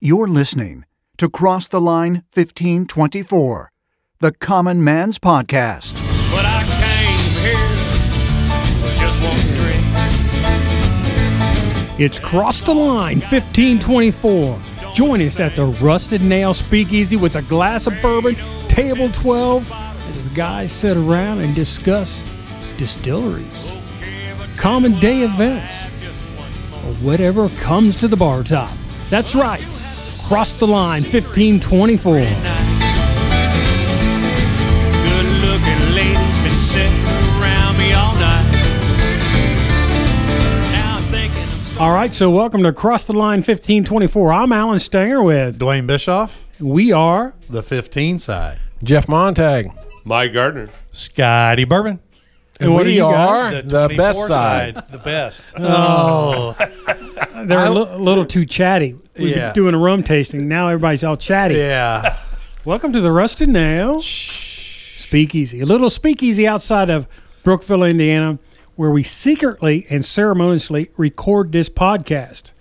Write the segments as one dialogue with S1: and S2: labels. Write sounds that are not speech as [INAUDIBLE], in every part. S1: You're listening to Cross the Line 1524, the Common Man's Podcast.
S2: But I came here for just one drink.
S3: It's Cross the Line 1524. Join us at the Rusted Nail Speakeasy with a glass of bourbon, table 12, as the guys sit around and discuss distilleries, common day events, or whatever comes to the bar top. That's right, Cross the Line 1524.
S2: Good looking ladies been sitting around me all night. Now I'm thinking I'm starting
S3: All right, so welcome to Cross the Line 1524. I'm Alan Stanger with.
S4: Dwayne Bischoff,
S3: We are
S4: the 15 side.
S5: Jeff Montag.
S6: Mike Gardner.
S4: Scotty Bourbon.
S3: And what
S5: we
S3: are you
S5: are
S3: guys?
S5: the
S4: 24
S5: best side.
S4: The [LAUGHS] best. Oh,
S3: they're a li- little too chatty. We've
S4: Yeah.
S3: been doing a rum tasting. Now everybody's all chatty.
S4: yeah.
S3: Welcome to the Rusted Nail Speakeasy, a little speakeasy outside of Brookville, Indiana, where we secretly and ceremoniously record this podcast.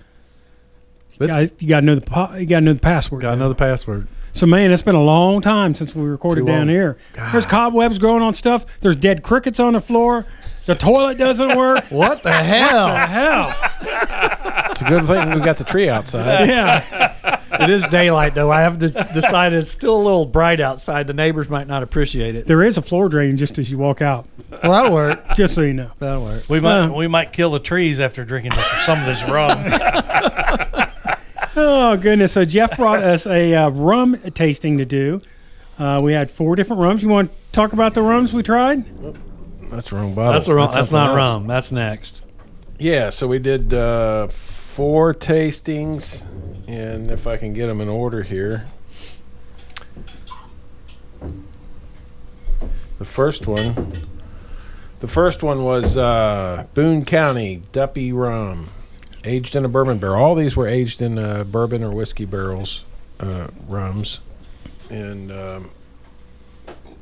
S3: You
S4: That's-
S3: gotta, you gotta know the po- you gotta know the password.
S4: Got another password.
S3: So man, it's been a long time since we recorded
S4: Too
S3: down
S4: long.
S3: here. There's cobwebs growing on stuff. There's dead crickets on the floor. The toilet doesn't
S4: [LAUGHS]
S3: work.
S4: What the hell?
S3: Hell,
S5: It's a good thing we got the tree outside.
S3: yeah.
S7: [LAUGHS] It is daylight though. I have de- decided it's still a little bright outside. The neighbors might not appreciate it.
S3: There is a floor drain just as you walk out.
S7: Well, that'll work.
S3: Just so you know.
S7: That'll work.
S8: We might
S3: Uh.
S8: we might kill the trees after drinking this, some of this rum.
S3: Oh goodness! So Jeff brought us a uh, rum tasting to do. Uh, we had four different rums. You want to talk about the rums we tried?
S5: That's the wrong bottle.
S7: That's a rum. That's,
S5: something
S7: not
S5: else.
S7: rum. That's next.
S5: Yeah, so we did uh, four tastings, and if I can get them in order here. The first one. The first one was uh, Boone County Duppy Rum, aged in a bourbon barrel. All these were aged in uh, bourbon or whiskey barrels, uh, rums, and um,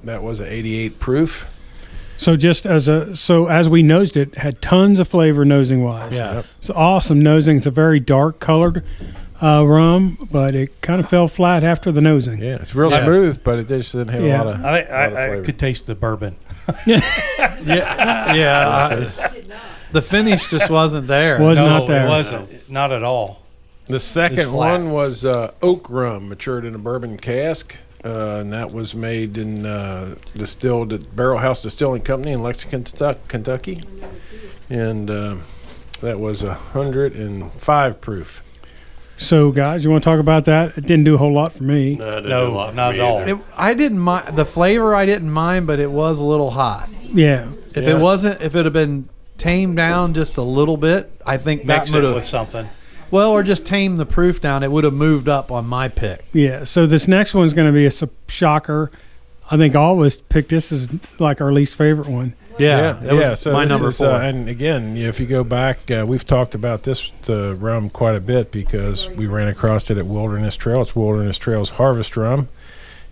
S5: that was a 88 proof.
S3: So just as a so as we nosed it, had tons of flavor nosing wise.
S7: Yeah.
S3: it's awesome nosing. It's a very dark colored uh, rum, but it kind of fell flat after the nosing.
S5: Yeah, it's real
S8: Yeah. Uh,
S5: smooth, but it just didn't have
S3: Yeah.
S5: a lot of.
S8: I,
S5: lot of
S8: I, I
S5: flavor.
S8: could taste
S7: [LAUGHS]
S8: the bourbon.
S4: Yeah. yeah I- the finish just wasn't there.
S3: Was not there.
S8: It wasn't. Not at all.
S5: The
S8: It's
S5: second
S8: flat.
S5: one was uh, oak rum, matured in a bourbon cask, uh, and that was made in uh, distilled at Barrel House Distilling Company in Lexington, Kentu- Kentucky, and uh, that was a hundred and five proof.
S3: So guys, you want to talk about that? It didn't do a whole lot for me.
S6: No, it doesn't
S8: No,
S6: do a lot for
S8: not
S6: me
S8: at all.
S6: either.
S4: It, I didn't mind the flavor. I didn't mind, but it was a little hot.
S3: Yeah,
S4: If
S5: Yeah.
S4: it wasn't, if it had been tamed down just a little bit, I think
S8: Mix
S4: that would
S8: it with
S4: have.
S8: something.
S4: Well, or just tame the proof down. It would have moved up on my pick.
S3: yeah. So this next one's going to be a sup- shocker. I think all of us picked this as like our least favorite one.
S4: Yeah. that was
S5: so
S4: my
S5: this
S4: number
S5: is,
S4: four.
S5: uh, and again, if you go back, uh, we've talked about this uh, rum quite a bit because we ran across it at Wilderness Trail. It's Wilderness Trail's Harvest Rum,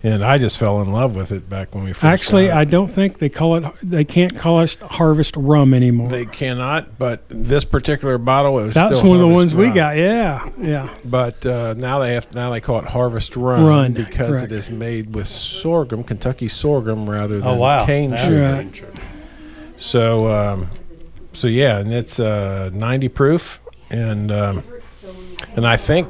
S5: and I just fell in love with it back when we first.
S3: Actually,
S5: got it.
S3: I don't think they call it. They can't call it harvest rum anymore.
S5: They cannot, but this particular bottle is
S3: That's
S5: still
S3: one of the ones
S5: Harvest
S3: we
S5: Rum.
S3: got. Yeah, yeah.
S5: But uh, now they have now they call it Harvest Run,
S3: Run,
S5: because
S3: correct.
S5: it is made with sorghum, Kentucky sorghum,
S4: Oh,
S5: rather than
S8: wow.
S5: cane
S8: That's
S5: sugar.
S3: right.
S5: So, um, so yeah, and it's uh, 90 proof, and um, and I think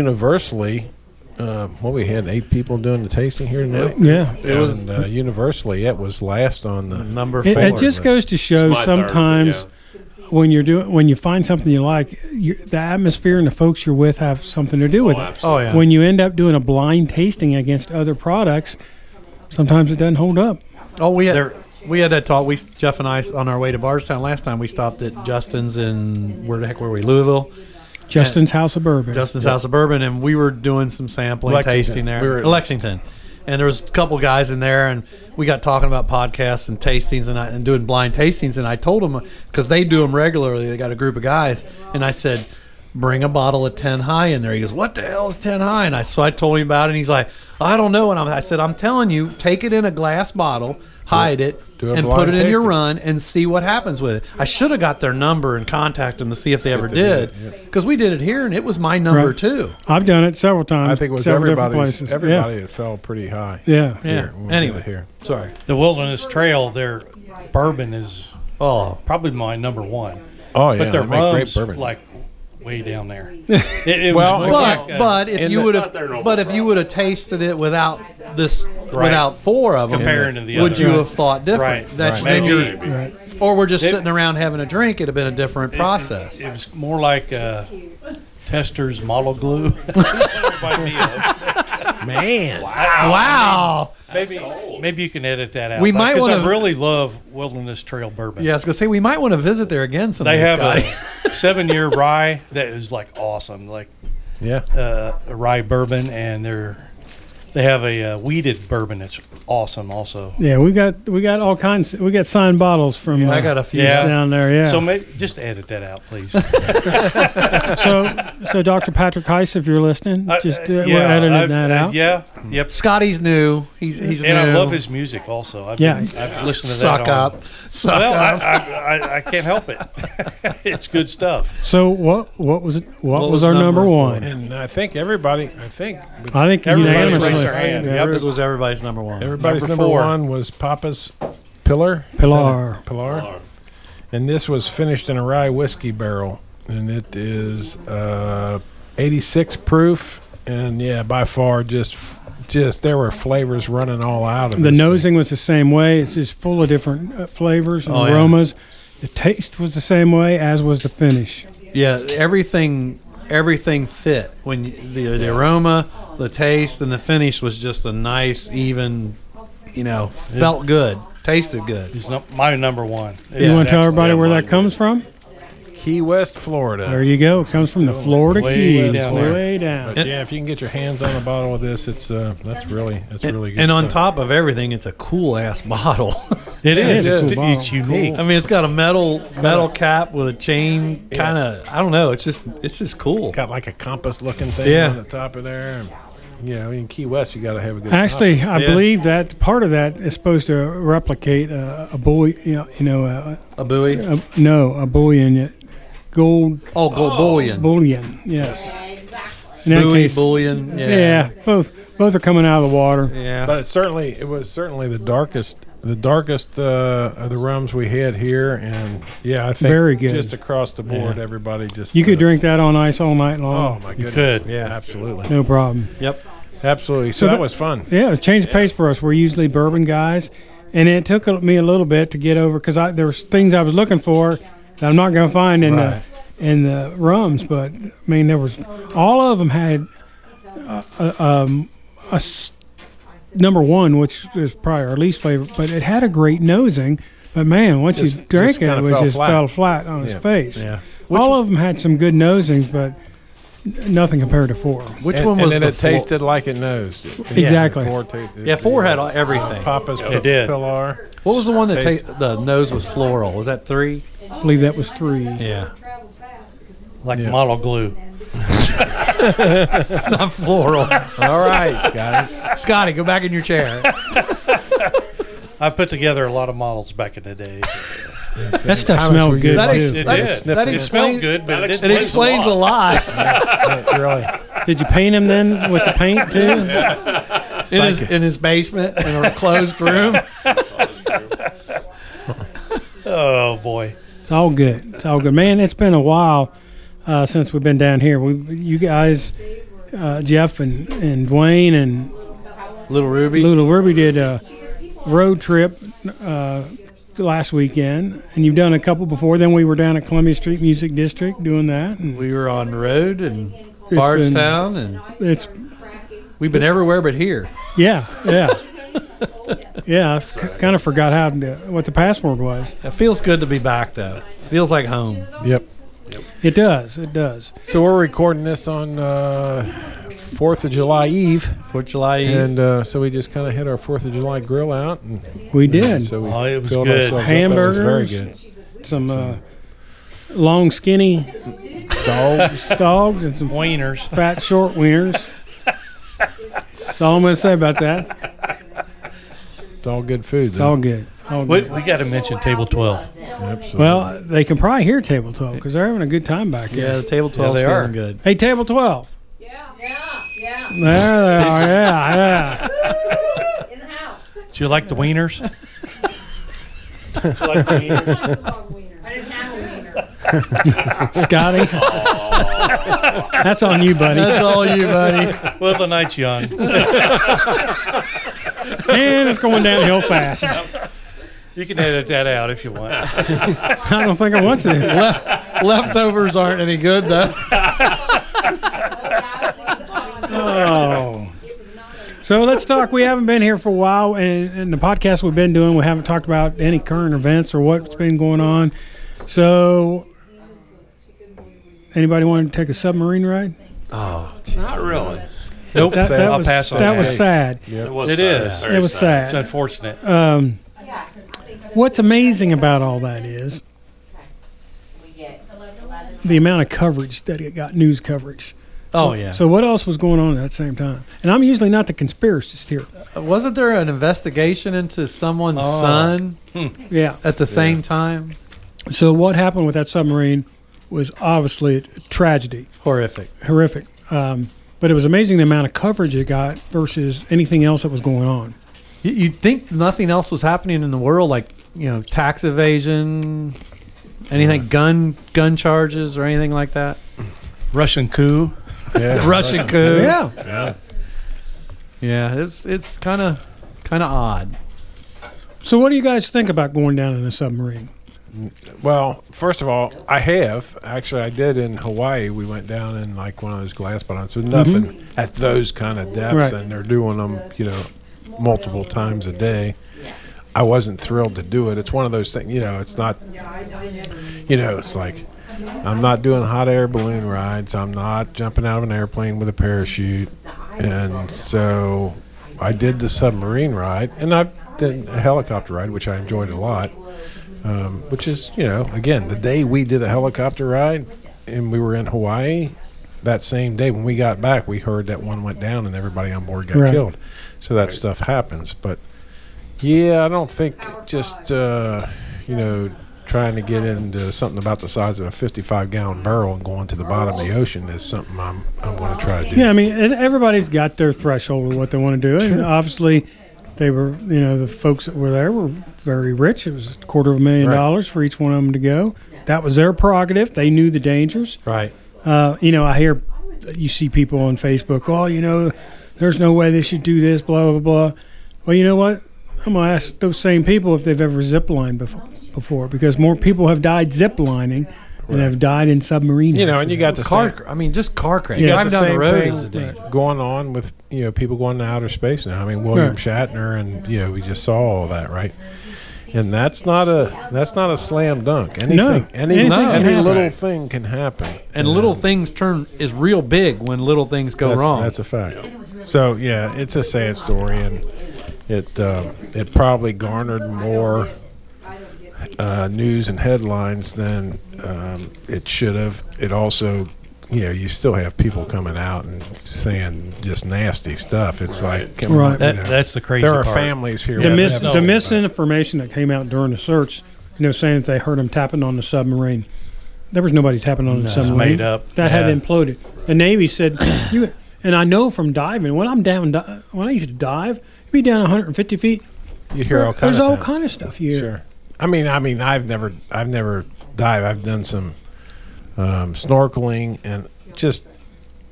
S5: universally, uh, what we had eight people doing the tasting here tonight.
S3: Yeah.
S5: It was uh, universally it was last on the
S4: Number
S3: It,
S4: four.
S3: it just goes to show
S6: It's my third,
S3: sometimes
S6: yeah.
S3: when you're doing when you find something you like, you, the atmosphere and the folks you're with have something to do with it.
S4: oh yeah.
S3: When you end up doing a blind tasting against other products, sometimes it doesn't hold up.
S4: Oh, we had we had that talk. We Jeff and I on our way to Bardstown last time. We stopped at Justin's in where the heck were we? Louisville.
S3: Justin's House of Bourbon.
S4: Justin's House of Bourbon, and we were doing some sampling
S5: Lexington.
S4: tasting there.
S5: We were at-
S4: Lexington, and there was a couple guys in there, and we got talking about podcasts and tastings and, I, and doing blind tastings. And I told them because they do them regularly. They got a group of guys, and I said. bring a bottle of 10 high in there. He goes, what the hell is 10 high? And I, so I told him about it. And he's like, I don't know. And I'm, I said, I'm telling you, take it in a glass bottle, hide it,
S5: do a
S4: and
S5: blind
S4: put it in your
S5: tasting.
S4: run and see what happens with it. I should have got their number and contacted them to see if they ever
S5: they did
S4: did. Because we did it here and it was my number
S3: Right.
S4: too.
S3: I've done it several times.
S5: I think it was
S3: several different
S5: everybody's,
S3: places.
S5: everybody that fell pretty high.
S3: Yeah. yeah.
S4: Yeah.
S5: Here, we'll do
S4: anyway,
S5: it here.
S4: Sorry.
S2: The Wilderness Trail, their bourbon is
S4: Oh,
S2: probably my number one.
S5: Oh yeah,
S2: but their
S5: they make great
S2: rum's
S5: bourbon.
S2: like way down there. It, it
S5: Well,
S2: was more
S5: but-
S2: like, uh,
S4: but if
S5: in
S4: you
S5: the-
S4: would
S5: It's
S4: have, but if you would have tasted it without this, without four of them,
S2: Comparing to the
S4: would
S2: other.
S4: you have thought different?
S2: Right.
S4: That's
S2: Right.
S4: then
S2: Maybe.
S4: you're- or we're just
S2: It-
S4: sitting around having a drink. It'd have been a different process.
S2: It was more like uh, tester's model glue. By me.
S5: man,
S4: wow.
S2: maybe, maybe you can edit that out.
S4: We might
S2: because I
S4: wanna-
S2: really love Wilderness Trail bourbon.
S4: Yeah, I was gonna say we might want to visit there again someday.
S2: they have
S4: Scotty.
S2: a [LAUGHS] seven-year rye that is like awesome, like
S5: yeah,
S2: uh, a rye bourbon, and they're they have a uh, weeded bourbon that's awesome also.
S3: we got we got all kinds. We got signed bottles from.
S4: I
S3: uh,
S4: got a few.
S2: Yeah.
S3: down there. Yeah.
S2: So
S3: So,
S2: maybe just edit that out, please.
S3: [LAUGHS] so, Dr. Patrick Heiss, if you're listening, just uh,
S2: yeah,
S3: we're editing
S2: I've-
S3: that
S2: uh,
S3: out.
S2: Yeah. Yep.
S4: Scotty's new. He's he's
S2: And
S4: new.
S2: I love his music also. I've,
S3: Yeah.
S2: been- I've listened to
S4: suck
S2: that. on-
S4: up. Suck
S2: well,
S4: up.
S2: I, I, I, I can't help it. [LAUGHS] it's good stuff.
S3: So what what was it, what, was,
S4: was
S3: our number,
S4: number
S3: one?
S5: and I think everybody, I think
S3: I think
S2: Everybody raised
S3: unanimously.
S2: their hand.
S3: Yeah,
S9: Yep, this was everybody's number one.
S5: everybody's
S2: Number
S5: number,
S2: four.
S5: one was Papa's Pillar, Is that it?
S3: Pilar.
S5: Pilar, and this was finished in a rye whiskey barrel, and it is uh, 86 proof, and yeah, by far just. f- Just there were flavors running all out of
S3: The
S5: this thing.
S3: nosing was the same way. It's just full of different uh, flavors and
S4: Oh, yeah.
S3: aromas. The taste was the same way as was the finish.
S4: Yeah, everything everything fit when you, the the aroma, the taste, and the finish was just a nice even. You know, felt good, tasted good.
S2: It's not my number one.
S3: you want to tell everybody where that comes from?
S5: Key West, Florida.
S3: There you go. It comes from the Florida
S2: Way
S3: Keys,
S2: down there.
S3: way down.
S5: But yeah, if you can get your hands on a bottle of this, it's uh, that's really that's really good.
S4: And on
S5: stuff.
S4: top of everything, it's a cool ass [LAUGHS] bottle.
S2: It is.
S5: is.
S2: It's,
S3: Wow.
S2: it's unique.
S4: I mean, it's got a metal metal cap with a chain, kind of. I don't know. It's just it's just cool.
S5: got like a compass looking thing
S4: Yeah.
S5: on the top of there. And, yeah, I mean Key West, you got to have a good.
S3: Actually, I
S4: Yeah.
S3: believe that part of that is supposed to replicate uh, a, a buoy, you know, you know a,
S4: A buoy.
S3: a, no, a bullion, uh, gold
S4: Oh, gold bullion.
S3: bullion. Yes. In that
S4: Buoy
S3: case,
S4: bullion.
S3: yeah.
S4: Yeah.
S3: both both are coming out of the water.
S4: Yeah.
S5: but it certainly it was certainly the darkest the darkest uh, of the rums we had here, and yeah, I think
S3: Very good.
S5: Just across the board, everybody just
S3: You could
S5: uh,
S3: drink that on ice all night
S5: Oh
S3: long.
S5: my goodness!
S2: could.
S5: yeah, absolutely,
S3: No problem.
S4: yep.
S5: absolutely. So,
S3: So
S5: that
S3: the-
S5: was fun.
S3: Yeah, it changed the pace for us. We're usually bourbon guys, and it took me a little bit to get over because there was things I was looking for that I'm not going to find in
S4: Right.
S3: the in the rums. But I mean, there was all of them had a, a, um, a s- number one, which is probably our least favorite, but it had a great nosing. But man, once you
S5: Just-
S3: drank
S5: just
S3: it, it
S5: kinda
S3: was
S5: fell
S3: just
S5: flat.
S3: fell flat on its
S5: Yeah.
S3: face.
S4: Yeah.
S3: all of them had some good nosings, but nothing compared to four.
S4: Which
S5: And-
S4: one was
S5: and then
S4: the
S5: it
S4: flo-
S5: tasted like it nosed.
S3: Exactly.
S5: Four tasted,
S4: Yeah, four had all- everything.
S5: Papa's
S2: It did.
S5: Pilar.
S4: What was the one that
S5: Taste-
S4: ta- the nose was floral? Was that three?
S3: I believe that was three.
S4: Yeah.
S2: Like model glue.
S4: It's not floral.
S5: All right, Scotty.
S4: Scotty, go back in your chair.
S2: I put together a lot of models back in the day.
S3: That stuff
S5: How much were
S3: smelled
S5: you
S3: good
S4: That is-
S3: too.
S2: It
S4: That-
S2: did.
S4: that
S2: it smelled
S4: explains-
S2: good, but it,
S4: It explains a lot.
S5: really.
S3: Did you paint him then with the paint too?
S4: in his in his basement in a closed room.
S2: Oh boy.
S3: It's all good. It's all good, man. It's been a while uh, since we've been down here. We, you guys, uh, Jeff and and Dwayne and
S4: Little Ruby.
S3: Lulu Ruby did a road trip uh, last weekend, and you've done a couple before. Then we were down at Columbia Street Music District doing that, and
S4: We were on road and
S3: been-
S4: Bardstown, and
S3: it's
S4: we've been everywhere but here.
S3: yeah, yeah. Yeah, I kind of forgot how to, what the password was.
S4: It feels good to be back though. Feels like home.
S5: Yep.
S3: It does. It does.
S5: So we're recording this on uh, Fourth of July Eve,
S4: Fourth of July Eve.
S5: and uh, so we just kind of hit our Fourth of July grill out. And
S3: We did.
S5: So we
S2: Oh, it was
S5: filled
S2: good.
S5: ourselves up. That was
S3: Hamburgers.
S5: very good.
S3: some uh, long uh, skinny
S5: Dogs.
S3: Dogs and some
S2: Wieners.
S3: fat short wieners. That's all I'm going to say about that.
S5: It's all good food.
S3: It's all good. All
S2: We,
S3: good.
S2: we got to mention table 12.
S5: Absolutely.
S3: Well, they can probably hear Table 12 because they're having a good time back there.
S4: Yeah, the table
S2: Yeah,
S4: twelve
S2: they
S4: feeling
S2: are.
S4: good.
S3: Hey, Table 12.
S10: Yeah, yeah, yeah.
S3: There they are. Yeah, yeah.
S10: In the [LAUGHS] house.
S2: Do you like the
S4: [LAUGHS]
S2: wieners?
S10: I didn't have a wiener.
S3: Scotty. That's on you, buddy.
S4: That's all you, [LAUGHS] buddy.
S2: well, the night's young.
S3: And it's going downhill fast.
S2: You can edit that out if you want.
S3: I don't think I want to.
S4: Le- leftovers aren't any good though.
S3: Oh. So let's talk. We haven't been here for a while, and, and the podcast we've been doing, we haven't talked about any current events or what's been going on. So, anybody want to take a submarine ride?
S11: Not really.
S2: Nope.
S3: That, that
S2: I'll
S3: was,
S2: pass on
S3: that
S2: that.
S3: was sad.
S11: It was.
S2: It
S11: sad.
S2: is.
S11: Very
S3: it was sad.
S2: It's unfortunate.
S3: Um, what's amazing about all that is the amount of coverage that it got, news coverage.
S4: Oh yeah.
S3: So what else was going on at that same time? And I'm usually not the conspiracist here.
S4: Wasn't there an investigation into someone's
S2: Oh.
S4: son
S3: Yeah.
S4: at the same time?
S3: So what happened with that submarine was obviously a tragedy,
S4: Horrific.
S3: horrific. Um, but it was amazing the amount of coverage it got versus anything else that was going on.
S4: You, you'd think nothing else was happening in the world, like you know, tax evasion, anything, gun gun charges or anything like that.
S2: Russian coup.
S5: yeah.
S4: Russian coup.
S3: Yeah.
S4: Yeah. It's it's kind of kind of odd.
S3: So what do you guys think about going down in a submarine?
S5: Well, first of all, I have actually. I did in Hawaii. We went down in like one of those glass bottoms with nothing at those kind of depths,
S3: Mm-hmm. Right.
S5: and they're doing them, you know, multiple times a day. I wasn't thrilled to do it. It's one of those things, you know. It's not, you know, it's like I'm not doing hot air balloon rides. I'm not jumping out of an airplane with a parachute, and so I did the submarine ride, and I did a helicopter ride, which I enjoyed a lot um, which is you know again the day we did a helicopter ride and we were in Hawaii that same day when we got back we heard that one went down and everybody on board got
S3: Right.
S5: killed so that stuff happens but yeah I don't think just uh, you know trying to get into something about the size of a 55 gallon barrel and going to the bottom of the ocean is something I'm I'm going to try to do
S3: Yeah, I mean e- everybody's got their threshold of what they want to do, and obviously they were, you know, the folks that were there were very rich. It was a quarter of a million
S5: Right.
S3: dollars for each one of them to go. That was their prerogative. They knew the dangers.
S4: Right.
S3: uh, you know, I hear you see people on Facebook, oh, you know, there's no way they should do this, blah, blah, blah. Well, you know what? I'm going to ask those same people if they've ever ziplined before, before because more people have died ziplining than have died in submarine
S5: you know and you got the
S4: Car.
S5: same-
S4: cr- I mean, just car crash.
S5: You
S4: Yeah,
S5: got
S4: Drive
S5: the
S4: down the
S5: same
S4: road
S5: thing
S4: is a danger.
S5: going on with you know people going to outer space now. I mean William
S3: Right.
S5: Shatner and you know we just saw all that right, and that's not a that's not a slam dunk. Anything any
S3: anything
S5: any
S3: can happen.
S5: little
S3: Right.
S5: thing can happen.
S4: And little things turn is real big when little things go
S5: that's,
S4: wrong.
S5: That's a fact. So yeah, it's a sad story, and it um, it probably garnered more uh, news and headlines than um, it should have. It also, you know, you still have people coming out and saying just nasty stuff. It's like come
S3: Right.
S5: you
S2: That,
S5: know,
S2: that's the crazy
S5: there are
S2: part.
S5: families here.
S3: The,
S5: that
S3: mis-
S5: have
S3: the
S5: nothing but-
S3: misinformation that came out during the search, you know, saying that they heard them tapping on the submarine. There was nobody tapping on the submarine.
S2: made up.
S3: That
S2: Yeah.
S3: had imploded. The Navy said, [COUGHS] you, and I know from diving, when I'm down, di- when I used to dive, you'd be down 150 feet,
S5: You hear all kinds
S3: there's
S5: of
S3: all
S5: sounds.
S3: kind of stuff you hear.
S5: Sure. I mean, I mean, I've never, I've never dive. I've done some um, snorkeling and just,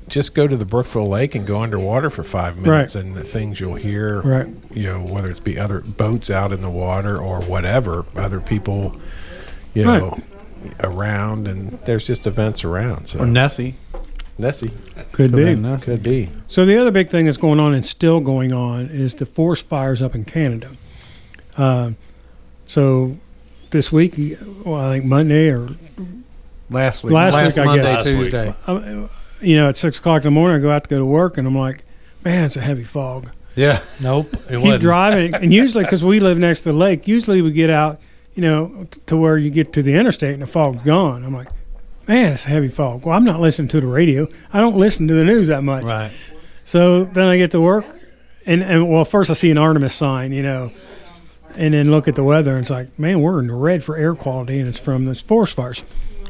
S5: just go to the Brookville Lake and go underwater for five minutes, and the things you'll hear,
S3: Right.
S5: you know, whether it's be other boats out in the water or whatever, other people, you
S3: Right.
S5: know, around, and there's just events around. So
S4: or Nessie.
S5: Nessie
S3: Could be.
S5: could be.
S3: So the other big thing that's going on and still going on is the forest fires up in Canada. Uh, so this week, well, I think Monday or
S4: Last week.
S3: Last week,
S4: Last
S3: I
S4: Monday,
S3: guess.
S11: Last week.
S4: Tuesday.
S3: uh, you know at six o'clock in the morning, I go out to go to work and I'm like, man, it's a heavy fog.
S4: Yeah.
S2: Nope. It
S3: Keep
S2: wasn't.
S3: driving, and usually because we live next to the lake, usually we get out, you know, t- to where you get to the interstate and the fog's gone. I'm like, man, it's a heavy fog. Well, I'm not listening to the radio. I don't listen to the news that much.
S4: Right.
S3: So then I get to work, and, and well, first I see an Artemis sign, you know, and then look at the weather, and it's like, man, we're in the red for air quality, and it's from those forest fires.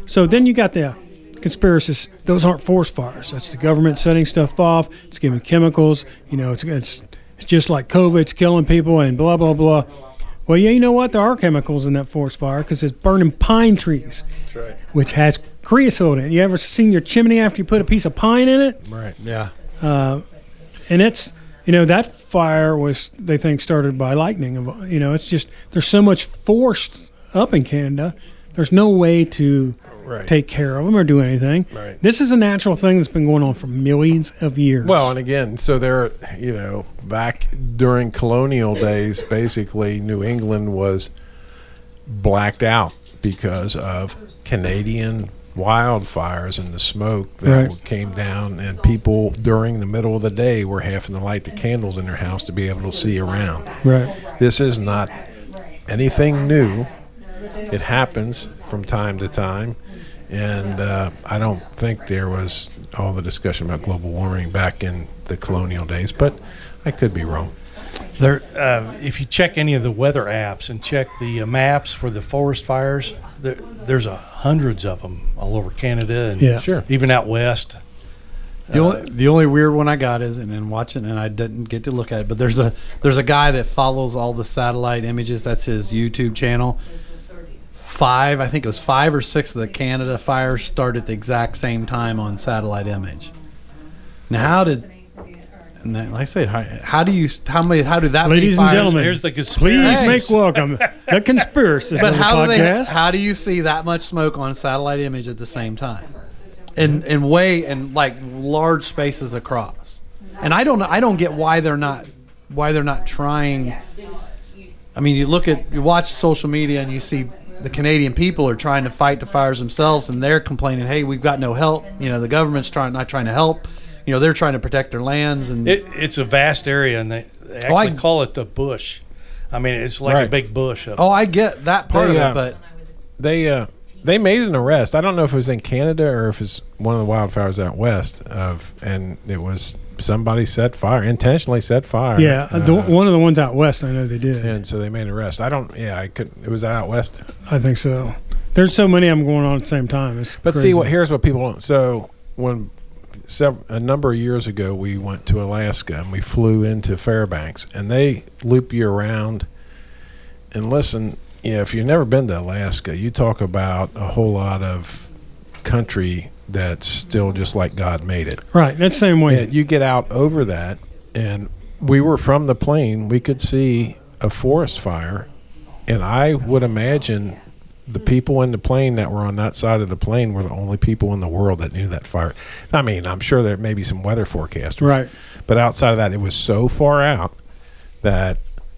S3: So then you got the conspiracies. Those aren't forest fires. That's the government setting stuff off. It's giving chemicals. You know, it's it's it's just like COVID. It's killing people and blah blah blah. Well, yeah, you know what? There are chemicals in that forest fire because it's burning pine trees, That's right. which has creosote in it. You ever seen your chimney after you put a piece of pine in it? Uh,
S5: Right.
S4: Yeah.
S3: and it's you know that fire was they think started by lightning Of- you know it's just there's so much force up in canada there's no way to
S5: Right.
S3: take care of them or do anything
S5: Right.
S3: this is a natural thing that's been going on for millions of years
S5: Well, and again, so there, you know, back during colonial days, basically New England was blacked out because of Canadian wildfires and the smoke that
S3: Right.
S5: came down, and people during the middle of the day were having to light the candles in their house to be able to see around.
S3: right
S5: This is not anything new. It happens from time to time. And uh, I don't think there was all the discussion about global warming back in the colonial days, but I could be wrong.
S2: There, uh, if you check any of the weather apps and check the uh, maps for the forest fires, there, there's a hundreds of them all over Canada and
S3: Yeah.
S5: Sure.
S2: even out west.
S4: The only, the only weird one I got is, and then watching, and I didn't get to look at it, but there's a there's a guy that follows all the satellite images. That's his YouTube channel. Five, I think it was five or six of the Canada fires start at the exact same time on satellite image. Now, how did? And then, like I said, how, how do you? How many? How do that? many
S3: ladies and
S4: fires-
S3: gentlemen
S2: Here's the
S3: please
S2: conspiracy.
S3: make
S5: [LAUGHS]
S3: welcome the conspiracy
S4: But how do they?
S3: podcast
S4: How do you see that much smoke on satellite image at the same time, and and way and like large spaces across? And I don't I don't get why they're not why they're not trying. I mean, you look at you watch social media and you see the Canadian people are trying to fight the fires themselves, and they're complaining, "Hey, we've got no help." You know, the government's trying not trying to help. You know, they're trying to protect their lands and
S2: It, it's a vast area, and they, they
S4: Oh, I-
S2: actually call it the bush. I mean, it's like a
S5: Right.
S2: big bush. Up.
S4: oh, I get that part
S5: They,
S4: of
S5: uh,
S4: it, but
S5: They uh, they made an arrest. I don't know if it was in Canada or if it's one of the wildfires out west of, and it was somebody set fire, intentionally set fire.
S3: yeah the,
S5: uh,
S3: one of the ones out west i know they did
S5: and so they made an arrest. I don't. Yeah, I couldn't. It was out west.
S3: i think so there's so many of them going on at the same time it's
S5: But
S3: crazy.
S5: see, what here's what people don't. So when sev- a number of years ago, we went to Alaska and we flew into Fairbanks, and they loop you around. And listen, you know, if you've never been to Alaska, you talk about a whole lot of country that's still just like God made it.
S3: right that's the same way
S5: And you get out over that, and we were from the plane. We could see a forest fire, and I would imagine the people in the plane that were on that side of the plane were the only people in the world that knew that fire. I mean, I'm sure there may be some weather forecast,
S3: right
S5: But outside of that, it was so far out that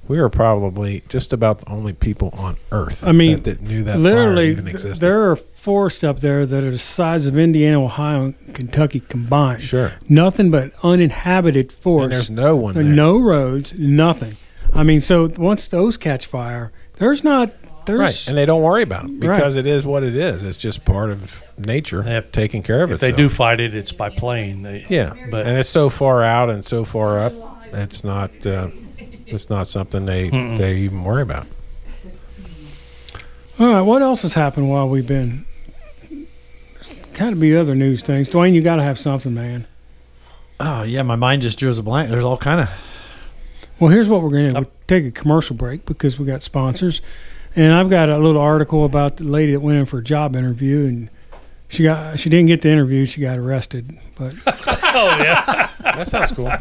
S5: we were probably just about the only people on Earth.
S3: I mean,
S5: that, that knew that
S3: literally
S5: fire even
S3: th-
S5: existed.
S3: there are forests up there that are the size of Indiana, Ohio, and Kentucky combined.
S5: Sure.
S3: nothing but uninhabited
S5: and
S3: forests.
S5: there's no one
S3: There
S5: there.
S3: are no roads, nothing. I mean, so once those catch fire, there's not
S5: Right,
S3: there's
S5: and they don't worry about it
S3: Right.
S5: because it is what it is. It's just part of nature
S2: Yep.
S5: taking care of
S2: if
S5: it.
S2: they do fight it, it's by plane. They,
S5: yeah.
S2: but-
S5: and it's so far out and so far up, it's not uh, it's not something they they even worry about.
S3: all right. What else has happened while we've been? Got to be other news things. Dwayne, you got to have something, man.
S4: oh yeah, my mind just drew as a blank. There's all kind of
S3: Well, here's what we're going to do. We'll take a commercial break because we got sponsors. And I've got a little article about the lady that went in for a job interview and she got she didn't get the interview, she got arrested. But
S5: That sounds cool.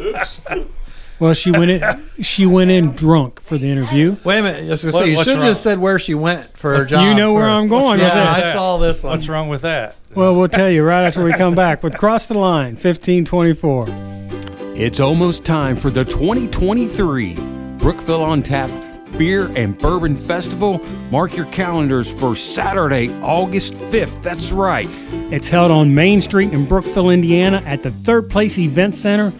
S3: well, she went in she went in drunk for the interview.
S4: Wait a minute. I was gonna
S2: What-
S4: say, you
S2: what's
S4: should have
S2: wrong?
S4: just said where she went for her job.
S3: You know where
S4: first.
S3: I'm going with
S4: Yeah, I
S3: this.
S4: saw this one.
S2: What's wrong with that?
S3: Well, we'll tell you right after we come back with Cross the Line 1524.
S12: It's almost time for the 2023 Brookville on Tap Beer and Bourbon Festival. Mark your calendars for Saturday, August 5th. That's right.
S3: It's held on Main Street in Brookville, Indiana at the Third Place Event Center.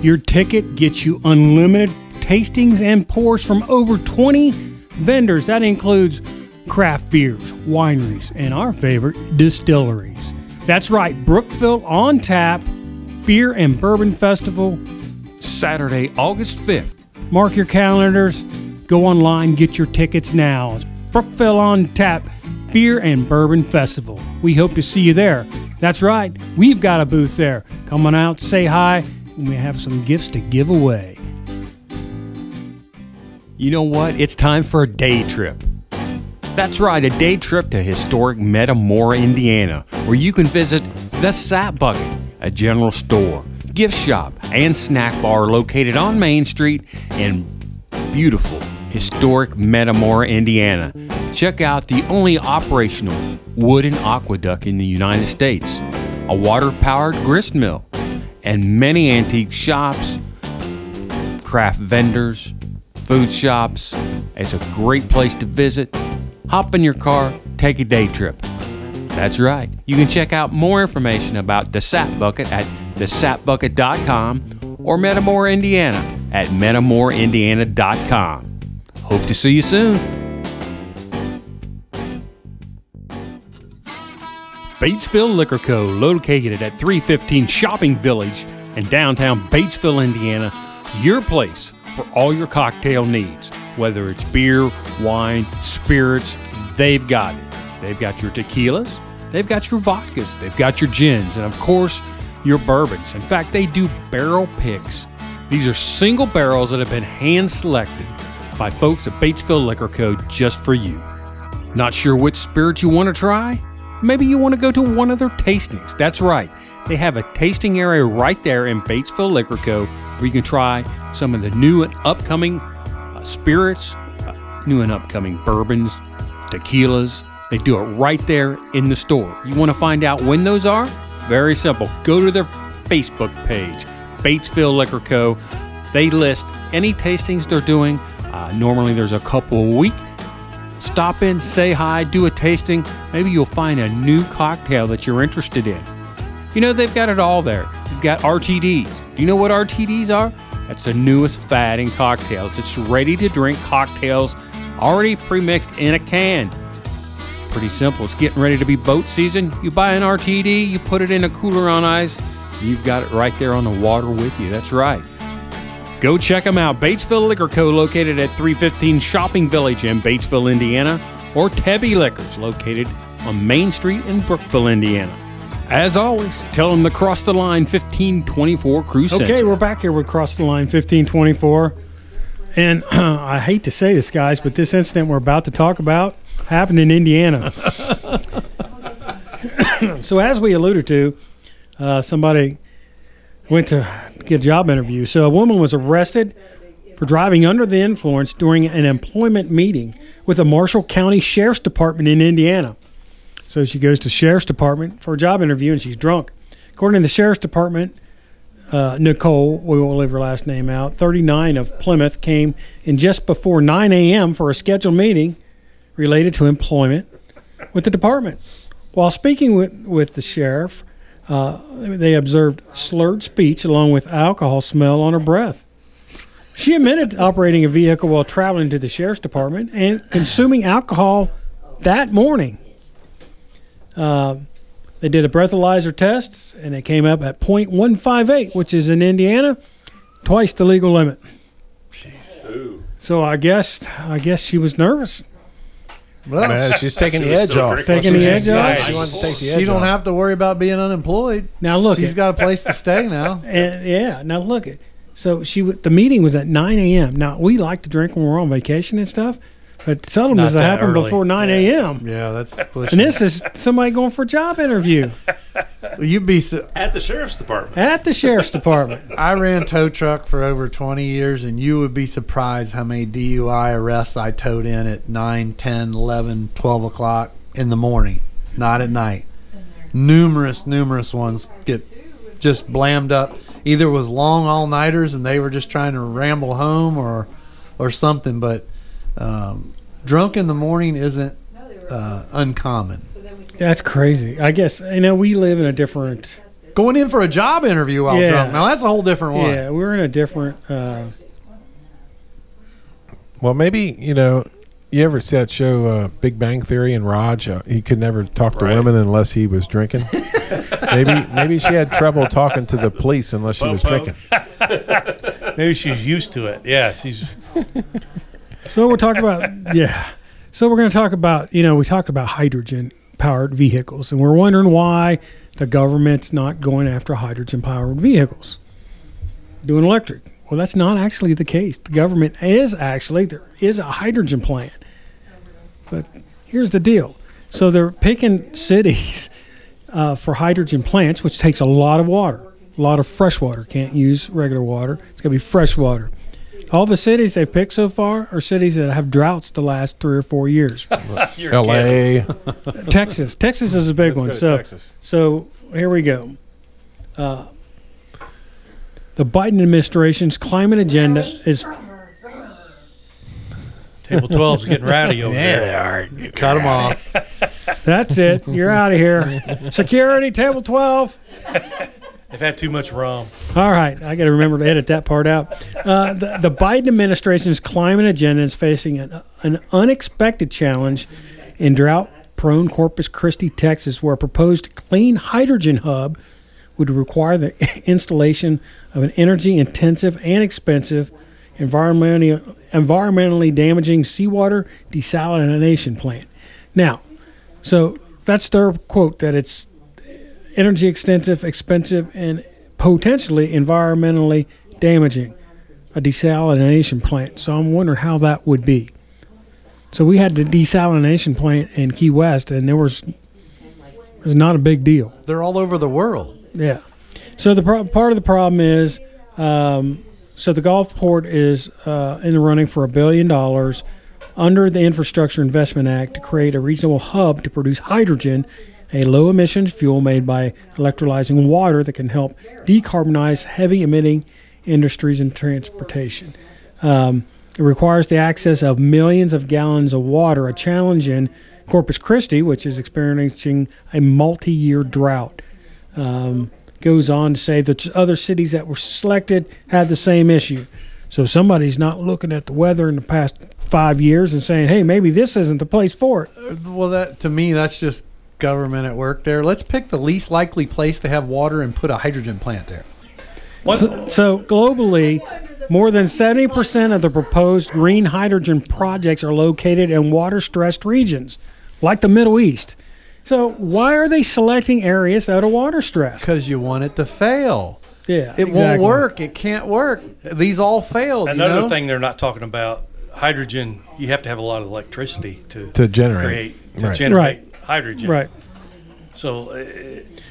S3: Your ticket gets you unlimited tastings and pours from over 20 vendors. That includes
S12: craft beers, wineries, and our favorite, distilleries. That's right, Brookville on Tap Beer and Bourbon Festival.
S3: Saturday, August 5th.
S12: Mark your calendars, go online, get your tickets now. It's Brookville on Tap Beer and Bourbon Festival. We hope to see you there. That's right, we've got a booth there. Come on out, say hi, and we have some gifts to give away.
S3: You know what? It's time for a day trip. That's right, a day trip to historic Metamora, Indiana, where you can visit the Sap Bucket, a general store, gift shop, and snack bar located on Main Street in beautiful, historic Metamora, Indiana. Check out the only operational wooden aqueduct in the United States, a water powered grist mill, and many antique shops, craft vendors, food shops. It's a great place to visit. Hop in your car, take a day trip. That's right. You can check out more information about the Sap Bucket at thesapbucket.com or Metamore, Indiana at metamoreindiana.com. Hope to see you soon. Batesville Liquor Co., located at 315 Shopping Village in downtown Batesville, Indiana, your place for all your cocktail needs. Whether it's beer, wine, spirits, they've got it. They've got your tequilas, they've got your vodkas, they've got your gins, and of course, your bourbons. In fact, they do barrel picks. These are single barrels that have been hand selected by folks at Batesville Liquor Co. just for you. Not sure which spirit you want to try? Maybe you want to go to one of their tastings. That's right. They have a tasting area right there in Batesville Liquor Co. where you can try some of the new and upcoming uh, spirits, uh, new and upcoming bourbons, tequilas. They do it right there in the store. You want to find out when those are? Very simple. Go to their Facebook page, Batesville Liquor Co. They list any tastings they're doing. Uh, normally, there's a couple a week. Stop in, say hi, do a tasting. Maybe you'll find a new cocktail that you're interested in. You know, they've got it all there. They've got RTDs. Do you know what RTDs are? That's the newest fad in cocktails. It's ready to drink cocktails already pre mixed in a can. Pretty simple. It's getting ready to be boat season. You buy an RTD, you put it in a cooler on ice, you've got it right there on the water with you. That's right. Go check them out. Batesville Liquor Co. located at 315 Shopping Village in Batesville, Indiana, or Tebby Liquors located on Main Street in Brookville, Indiana. As always, tell them the Cross the Line 1524 Crew sent
S12: Okay,
S3: you.
S12: we're back here. We crossed the line 1524. And [CLEARS THROAT] I hate to say this, guys, but this incident we're about to talk about happened in Indiana. [COUGHS] so, as we alluded to, uh, somebody went to get a job interview. So, a woman was arrested for driving under the influence during an employment meeting with a Marshall County Sheriff's Department in Indiana. So, she goes to Sheriff's Department for a job interview and she's drunk. According to the Sheriff's Department, uh, Nicole, we won't leave her last name out, 39 of Plymouth, came in just before 9 a.m. for a scheduled meeting related to employment with the department. While speaking with, with the sheriff, uh, they observed slurred speech along with alcohol smell on her breath. She admitted operating a vehicle while traveling to the sheriff's department and consuming alcohol that morning. They did a breathalyzer test and it came up at 0.158, which is in Indiana, twice the legal limit. So I guess I guess she was nervous.
S5: Man, she's taking the edge off.
S12: Taking the edge off.
S5: She wanted to take the edge
S4: She don't
S5: off.
S4: have to worry about being unemployed.
S12: Now look,
S4: She's
S12: it-
S4: got a place to stay
S5: [LAUGHS]
S4: now.
S12: And yeah, now look it. So she w- the meeting was at 9 a.m. Now we like to drink when we're on vacation and stuff, but seldom
S2: Not
S12: does it
S2: that
S12: happen
S2: early.
S12: before 9 a.m.
S4: Yeah, that's
S12: And this is somebody going for a job interview
S4: You'd be. So,
S13: At the sheriff's department.
S12: at the sheriff's department.
S4: I ran tow truck for over 20 years, and you would be surprised how many DUI arrests I towed in at 9, 10, 11, 12 o'clock in the morning, not at night. Numerous, numerous ones get just blammed up. Either it was long all nighters and they were just trying to ramble home or, or something, but um, drunk in the morning isn't uh, uncommon.
S12: That's crazy. I guess you know we live in a different.
S4: Going in for a job interview while
S12: Yeah.
S4: drunk, now that's a whole different one.
S12: Yeah, we're in a different. Uh,
S5: Well, maybe you know, You ever see that show uh, Big Bang Theory and Raj? Uh, he could never talk to women unless he was drinking. maybe maybe she had trouble talking to the police unless she was drinking.
S2: Maybe she's used to it. Yeah, she's
S12: So we'll talk about yeah. So we're going to talk about you know we talked about hydrogen powered vehicles and we're wondering why the government's not going after hydrogen powered vehicles, doing electric. Well, that's not actually the case. The government is actually there is a hydrogen plant, but here's the deal. So they're picking cities [LAUGHS] uh, for hydrogen plants, which takes a lot of water, a lot of fresh water. Can't use regular water. It's going to be fresh water. All the cities they've picked so far are cities that have droughts the last three or four years.
S5: L.A.
S12: Texas, Texas is a big one. So, so here we go. Uh, the Biden administration's climate agenda is
S2: table 12's getting rowdy over there.
S4: Cut them off.
S12: that's it. You're out of here. Security table twelve.
S2: They've had too much rum.
S12: All right, I got to remember to edit that part out. Uh, the, the Biden administration's climate agenda is facing an, an unexpected challenge in drought-prone Corpus Christi, Texas, where a proposed clean hydrogen hub would require the [LAUGHS] installation of an energy-intensive and expensive, environmentally environmentally damaging seawater desalination plant. Now, so that's their quote that it's energy extensive, expensive, and potentially environmentally damaging a desalination plant. So I'm wondering how that would be. So we had the desalination plant in Key West, and there was it was not a big deal.
S4: They're all over the world.
S12: Yeah. So the pro- part of the problem is, um, so the Gulfport is uh, in the running for a billion dollars under the Infrastructure Investment Act to create a reasonable hub to produce hydrogen, a low emissions fuel made by electrolyzing water that can help decarbonize heavy emitting industries and transportation. Um, it requires the access of millions of gallons of water, a challenge in Corpus Christi, which is experiencing a multi year drought goes on to say that other cities that were selected had the same issue. So somebody's not looking at the weather in the past five years and saying, "Hey, maybe this isn't the place for it."
S4: Well, that to me, that's just government at work. There. Let's pick the least likely place to have water and put a hydrogen plant there.
S12: So, so globally, more than 70% of the proposed green hydrogen projects are located in water-stressed regions, like the Middle East. So why are they selecting areas that are water stressed?
S4: Because you want it to fail.
S12: Yeah,
S4: It won't
S12: exactly.
S4: work. It can't work. These all failed. you
S2: Another
S4: know?
S2: thing they're not talking about hydrogen, you have to have a lot of electricity to,
S5: To generate.
S2: create, to
S5: Right.
S2: generate
S12: Right.
S2: hydrogen.
S12: Right.
S2: So uh,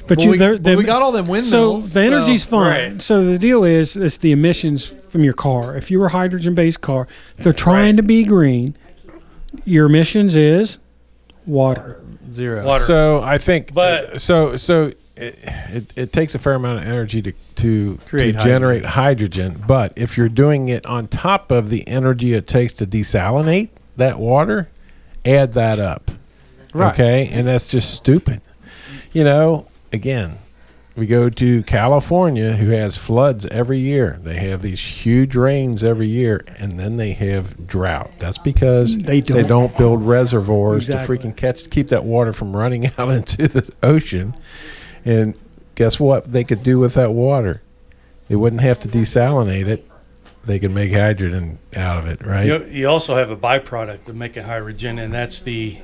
S12: But
S4: Well,
S12: you,
S4: we-
S12: they're-
S4: but
S12: they're-
S4: we got all them
S12: So
S4: windmills,
S12: the energy's
S4: so-
S12: fine.
S2: Right.
S12: So the deal is, it's the emissions from your car. If you're a hydrogen-based car, they're trying to be green. Your emissions is water.
S4: Zero.
S2: water.
S5: So I think, uh,
S2: But-
S5: so so it, it, it takes a fair amount of energy to to,
S4: Create
S5: to generate hydrogen. But if you're doing it on top of the energy it takes to desalinate that water, add that up.
S4: Right.
S5: Okay, and that's just stupid. You know, again, we go to California, who has floods every year. They have these huge rains every year, and then they have drought. That's because
S12: They
S5: they
S12: don't.
S5: don't build reservoirs
S12: Exactly.
S5: to freaking catch, keep that water from running [LAUGHS] out into the ocean. And guess what? They could do with that water. They wouldn't have to desalinate it. They could make hydrogen out of it, right?
S2: You, you also have a byproduct of making hydrogen, and that's the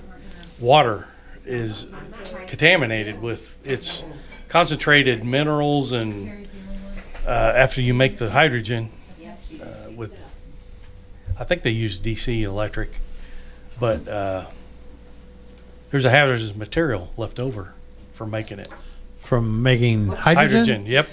S2: water is contaminated with its concentrated minerals, and uh, after you make the hydrogen uh, with, I think they use DC electric, but uh, there's a hazardous material left over for making it
S4: From making hydrogen.
S2: hydrogen. Yep.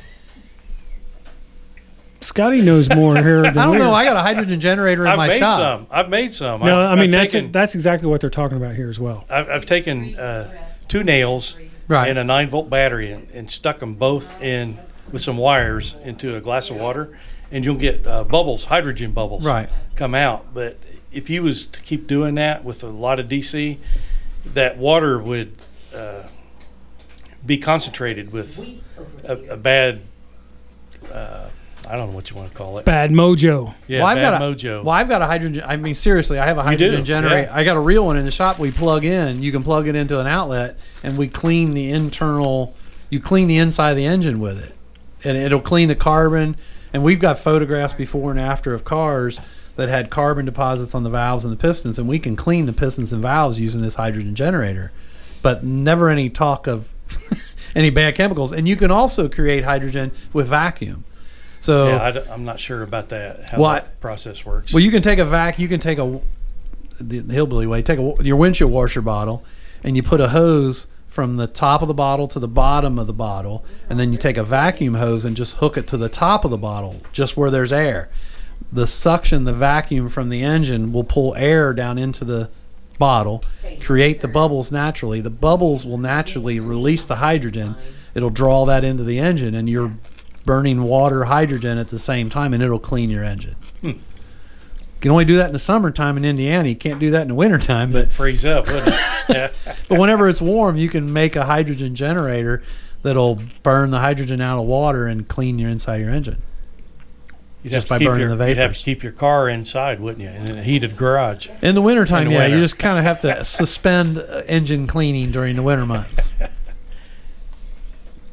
S12: Scotty knows
S4: [LAUGHS]
S12: more here than
S4: I don't
S12: we
S4: know.
S12: do.
S4: I got a hydrogen generator in
S2: I've
S4: my
S2: made
S4: shop.
S2: some. I've made some.
S12: [LAUGHS] no,
S2: I've,
S12: I mean
S2: I've
S12: that's
S2: taken-
S12: that's exactly what they're talking about here as well.
S2: I've, I've taken uh, two nails
S4: Right.
S2: and a nine volt battery and, and stuck them both in with some wires into a glass of water, and you'll get uh, bubbles, hydrogen bubbles,
S4: Right.
S2: come out. But if you was to keep doing that with a lot of DC, that water would uh, be concentrated with a, a bad uh, I don't know what you want to call it.
S12: Bad mojo.
S2: Yeah,
S4: well, I've
S2: bad
S4: got a,
S2: mojo.
S4: Well, I've got a hydrogen. I mean, seriously, I have a
S2: do,
S4: hydrogen generator.
S2: yeah.
S4: I got a real one in the shop. We plug in. You can plug it into an outlet, and we clean the internal. You clean the inside of the engine with it, and it'll clean the carbon. And we've got photographs before and after of cars that had carbon deposits on the valves and the pistons, and we can clean the pistons and valves using this hydrogen generator. But never any talk of [LAUGHS] any bad chemicals. And you can also create hydrogen with vacuum. So
S2: yeah, I d- I'm not sure about that. How
S4: Well, I-
S2: that process works.
S4: well, you can take a vac. You can take a the the hillbilly way. Take a, your windshield washer bottle, and you put a hose from the top of the bottle to the bottom of the bottle, and then you take a vacuum hose and just hook it to the top of the bottle, just where there's air. The suction, the vacuum from the engine will pull air down into the bottle, create the bubbles naturally. The bubbles will naturally release the hydrogen. It'll draw that into the engine, and you're burning water hydrogen at the same time, and it'll clean your engine. You can only do that in the summertime in Indiana. You can't do that in the wintertime. But
S2: freeze up, wouldn't
S4: [LAUGHS]
S2: it? yeah.
S4: but whenever it's warm, you can make a hydrogen generator that'll burn the hydrogen out of water and clean your inside your engine.
S2: You'd
S4: Just
S2: have to
S4: by
S2: keep
S4: burning
S2: your,
S4: the
S2: You'd have
S4: vapors.
S2: to keep your car inside, wouldn't you? In a heated garage.
S4: In the wintertime,
S2: In the
S4: yeah, you
S2: winter.
S4: just kind of have to suspend uh, engine cleaning during the winter months.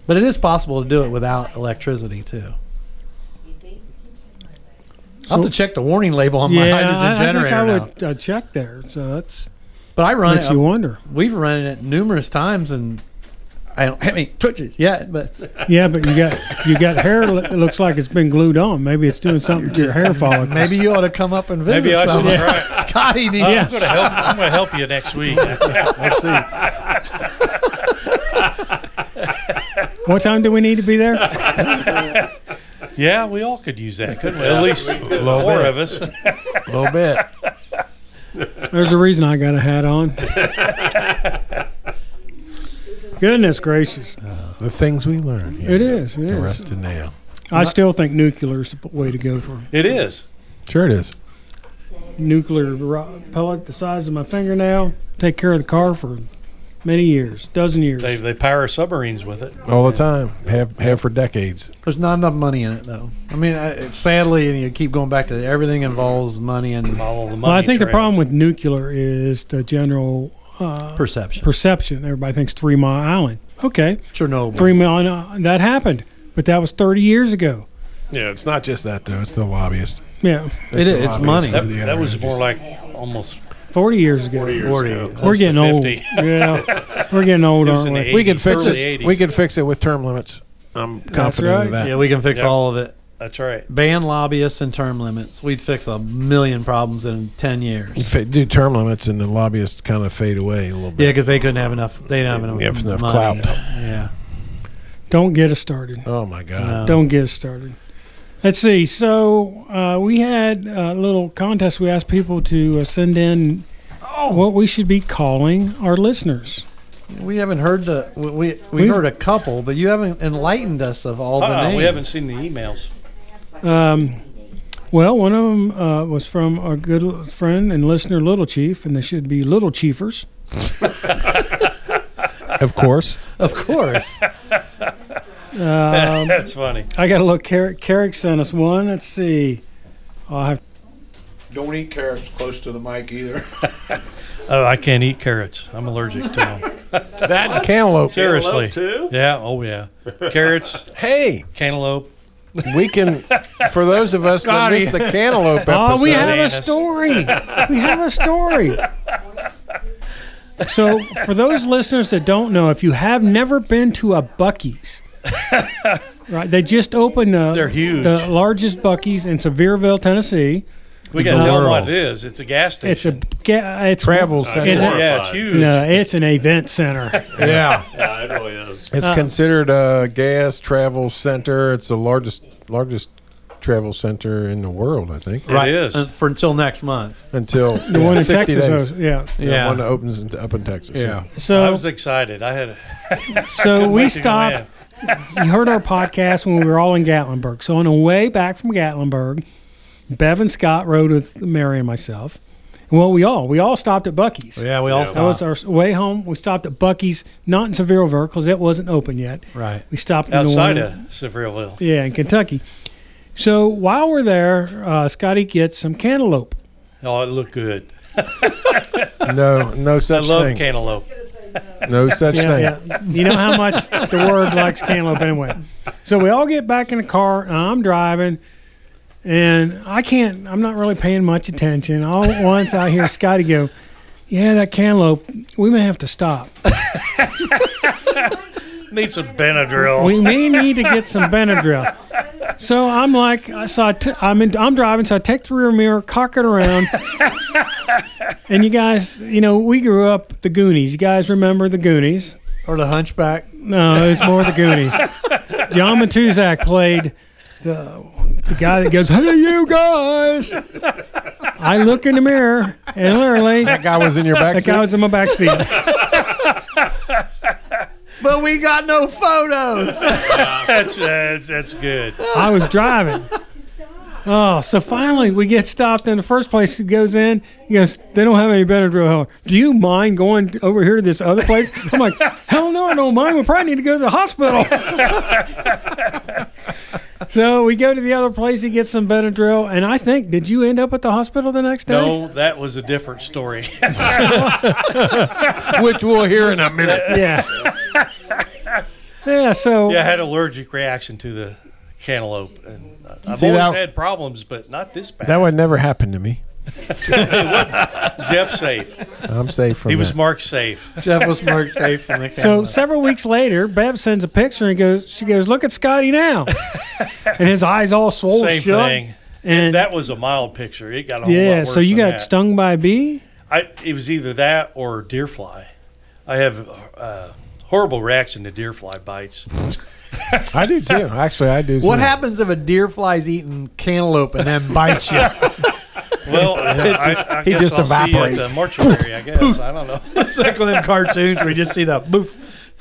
S4: But it is possible to do it without electricity too. I'll have to check the warning label on my hydrogen
S12: I, I
S4: generator
S12: think I
S4: now.
S12: would uh, check there. So that's
S4: But I run
S12: makes
S4: it.
S12: you wonder.
S4: We've run it numerous times, and I don't have any twitches yet. But
S12: Yeah, but you got you got hair. li- It looks like it's been glued on. Maybe it's doing something to your hair follicles.
S4: Maybe you ought to come up and visit
S2: Maybe I should.
S4: someone.
S2: Right.
S4: [LAUGHS] Scotty needs.
S2: I'm going to help. I'm going to help you next week.
S5: Let's see.
S12: What time do we need to be there?
S2: [LAUGHS] yeah, we all could use that, couldn't we? At least
S5: little
S2: four
S5: bit.
S2: of us.
S5: A little bit.
S12: There's a reason I got a hat on. Goodness gracious!
S5: The things we learn. Here
S12: It is. It
S5: The
S12: is.
S5: rest of now.
S12: I still think nuclear's the way to go for
S2: It is.
S5: Sure it is.
S12: nuclear ro- pellet the size of my fingernail. Take care of the car for many years, dozen years.
S2: They they power submarines with it.
S5: All the time. Have have for decades.
S4: There's not enough money in it, though. I mean, I, it- sadly, and you keep going back to everything involves money and [COUGHS]
S2: Follow the money.
S12: well, I think the
S2: trail.
S12: problem with nuclear is the general uh,
S4: perception.
S12: perception. Everybody thinks Three Mile Island. Okay,
S4: Chernobyl.
S12: Three Mile uh, that happened, but that was 30 years ago.
S5: Yeah, it's not just that though. It's the lobbyists.
S12: Yeah,
S4: It
S5: the
S4: is- it's
S5: lobbyists
S4: money.
S5: for
S2: That,
S5: the
S2: that
S5: other
S2: was more
S5: energies.
S2: like almost
S12: 40 years ago. 40
S2: 40
S12: We're getting old.
S2: 50.
S12: Yeah, we're
S2: [LAUGHS]
S12: getting old,
S2: It was
S12: aren't
S2: in the
S12: we?
S5: we could fix
S2: early
S5: it.
S2: 80s.
S5: We could fix it with term limits. I'm confident
S12: right.
S5: of that.
S4: Yeah, we can fix
S2: Yeah.
S4: all of it.
S2: That's right.
S4: Ban lobbyists and term limits. We'd fix a million problems in 10 years.
S5: Fa- Do term limits and the lobbyists kind of fade away a
S4: Yeah,
S5: little bit.
S4: because they couldn't have enough. They don't have enough,
S5: Yeah, it's enough
S4: money.
S5: clout.
S4: Yeah.
S12: Don't get us started.
S5: Oh my God.
S12: Don't get us started. Let's see. So uh, we had a little contest. We asked people to uh, send in what we should be calling our listeners.
S4: We haven't heard the. We, we, we've,
S12: We've-
S4: heard a couple, but you haven't enlightened us of all the
S2: Uh,
S4: names.
S2: we haven't seen the emails.
S12: Um, well, one of them uh, was from our good l- friend and listener, Little Chief, and they should be Little Chiefers.
S5: [LAUGHS] Of course.
S4: Of course.
S2: [LAUGHS] That's funny.
S12: I got to look. Carrick, Carrick sent us one. Let's see. I'll have
S13: Don't eat carrots close to the mic either.
S2: Oh, I can't eat carrots. I'm allergic to [LAUGHS] them.
S5: That and cantaloupe.
S2: Seriously.
S13: too?
S2: Yeah. Oh yeah. Carrots,
S5: Hey,
S2: cantaloupe.
S5: we can. For those of us that missed the cantaloupe episode,
S12: Oh, we have a
S2: Yes.
S12: story. we have a story. So, for those listeners that don't know, if you have never been to a Bucky's, right? They just opened the,
S2: They're huge.
S12: the largest Bucky's in Sevierville, Tennessee.
S2: We got to tell them
S5: World.
S2: what it is. It's a gas
S12: It's a
S2: station.
S12: ga- it's
S5: travel
S12: It's
S5: center.
S12: a-
S2: yeah, it's huge.
S12: No, it's an event center.
S5: Yeah. Uh-huh.
S13: Yeah, it really is.
S5: It's considered a gas travel center. It's the largest largest travel center in the world, I think.
S2: It is.
S4: Uh, For until next month.
S5: Until
S12: The one in
S5: 60
S12: Texas,
S5: days.
S12: uh, yeah.
S5: The
S4: Yeah.
S5: one that opens in, up in Texas. Yeah.
S2: I
S12: So,
S2: was excited. I had a
S12: so we
S2: wait to go
S12: stopped.
S2: in.
S12: you heard our podcast when we were all in Gatlinburg. So on the way back from Gatlinburg, Bev and Scott rode with Mary and myself. Well, we all we all stopped at Bucky's.
S4: Yeah, we all
S12: That was
S4: stopped.
S12: our way home. We stopped at Bucky's, not in Sevierville because it wasn't open yet.
S4: Right.
S12: We stopped in the
S2: outside
S12: one-
S2: of Sevierville.
S12: yeah in Kentucky, So while we're there, uh, Scotty gets some cantaloupe.
S2: Oh, it looked good.
S5: [LAUGHS] No, no
S2: I
S5: such
S2: love
S5: thing.
S2: cantaloupe.
S5: No such
S12: Yeah,
S5: thing.
S12: yeah. You know how much the word likes cantaloupe anyway. So we all get back in the car. And I'm driving, and I can't. I'm not really paying much attention. All at once, I hear Scotty go, "Yeah, that cantaloupe. We may have to stop.
S2: Need some Benadryl.
S12: We may need to get some Benadryl." So I'm like, so I t- I'm in, I'm driving, so I take the rear mirror, cock it around. And you guys, you know, we grew up the Goonies. You guys remember the Goonies?
S7: Or the hunchback.
S12: No, it was more the Goonies. John Matuzak played the the guy that goes, "Hey, you guys!" I look in the mirror and literally that
S5: Guy was in [LAUGHS] your back.
S12: guy was in my back seat.
S7: But we got no photos.
S2: [LAUGHS] That's, that's that's good.
S12: I was driving. Oh, so finally we get stopped in the first place. He goes in. He goes, "They don't have any Benadryl." Hell, do you mind going over here to this other place? I'm like, "Hell no, I don't mind. We probably need to go to the hospital." [LAUGHS] so we go to the other place. He gets some Benadryl, and I think did you end up at the hospital the next day?
S2: No, that was a different story.
S5: which we'll hear in a minute.
S12: Yeah. yeah. So
S2: Yeah, I had allergic reaction to the cantaloupe, and I've
S5: See,
S2: always
S5: that-
S2: had problems, but not this bad.
S5: That would never happen to me.
S2: Jeff safe.
S5: I'm safe from
S2: He was
S5: that.
S2: Mark safe.
S7: Jeff was marked safe from the
S12: So
S7: camera.
S12: several weeks later, Bev sends a picture and goes, she goes, look at Scotty now, and his eyes all swollen
S2: Same
S12: shut.
S2: thing.
S12: Oh, And
S2: That was a mild picture. It got a whole lot
S12: yeah,
S2: worse
S12: so you
S2: than
S12: got
S2: that.
S12: stung by a bee.
S2: I, it was either that or deer fly. I have uh, horrible reaction to deer fly bites.
S5: I do too. Actually, I do.
S7: what
S5: too.
S7: happens if a deer flies eating cantaloupe and then bites you?
S2: Well, uh, I, I
S5: he
S2: guess
S5: just
S2: I'll see you at
S5: evaporates.
S2: the mortuary, I guess. I don't know.
S7: it's like one of them cartoons where you just see the boof.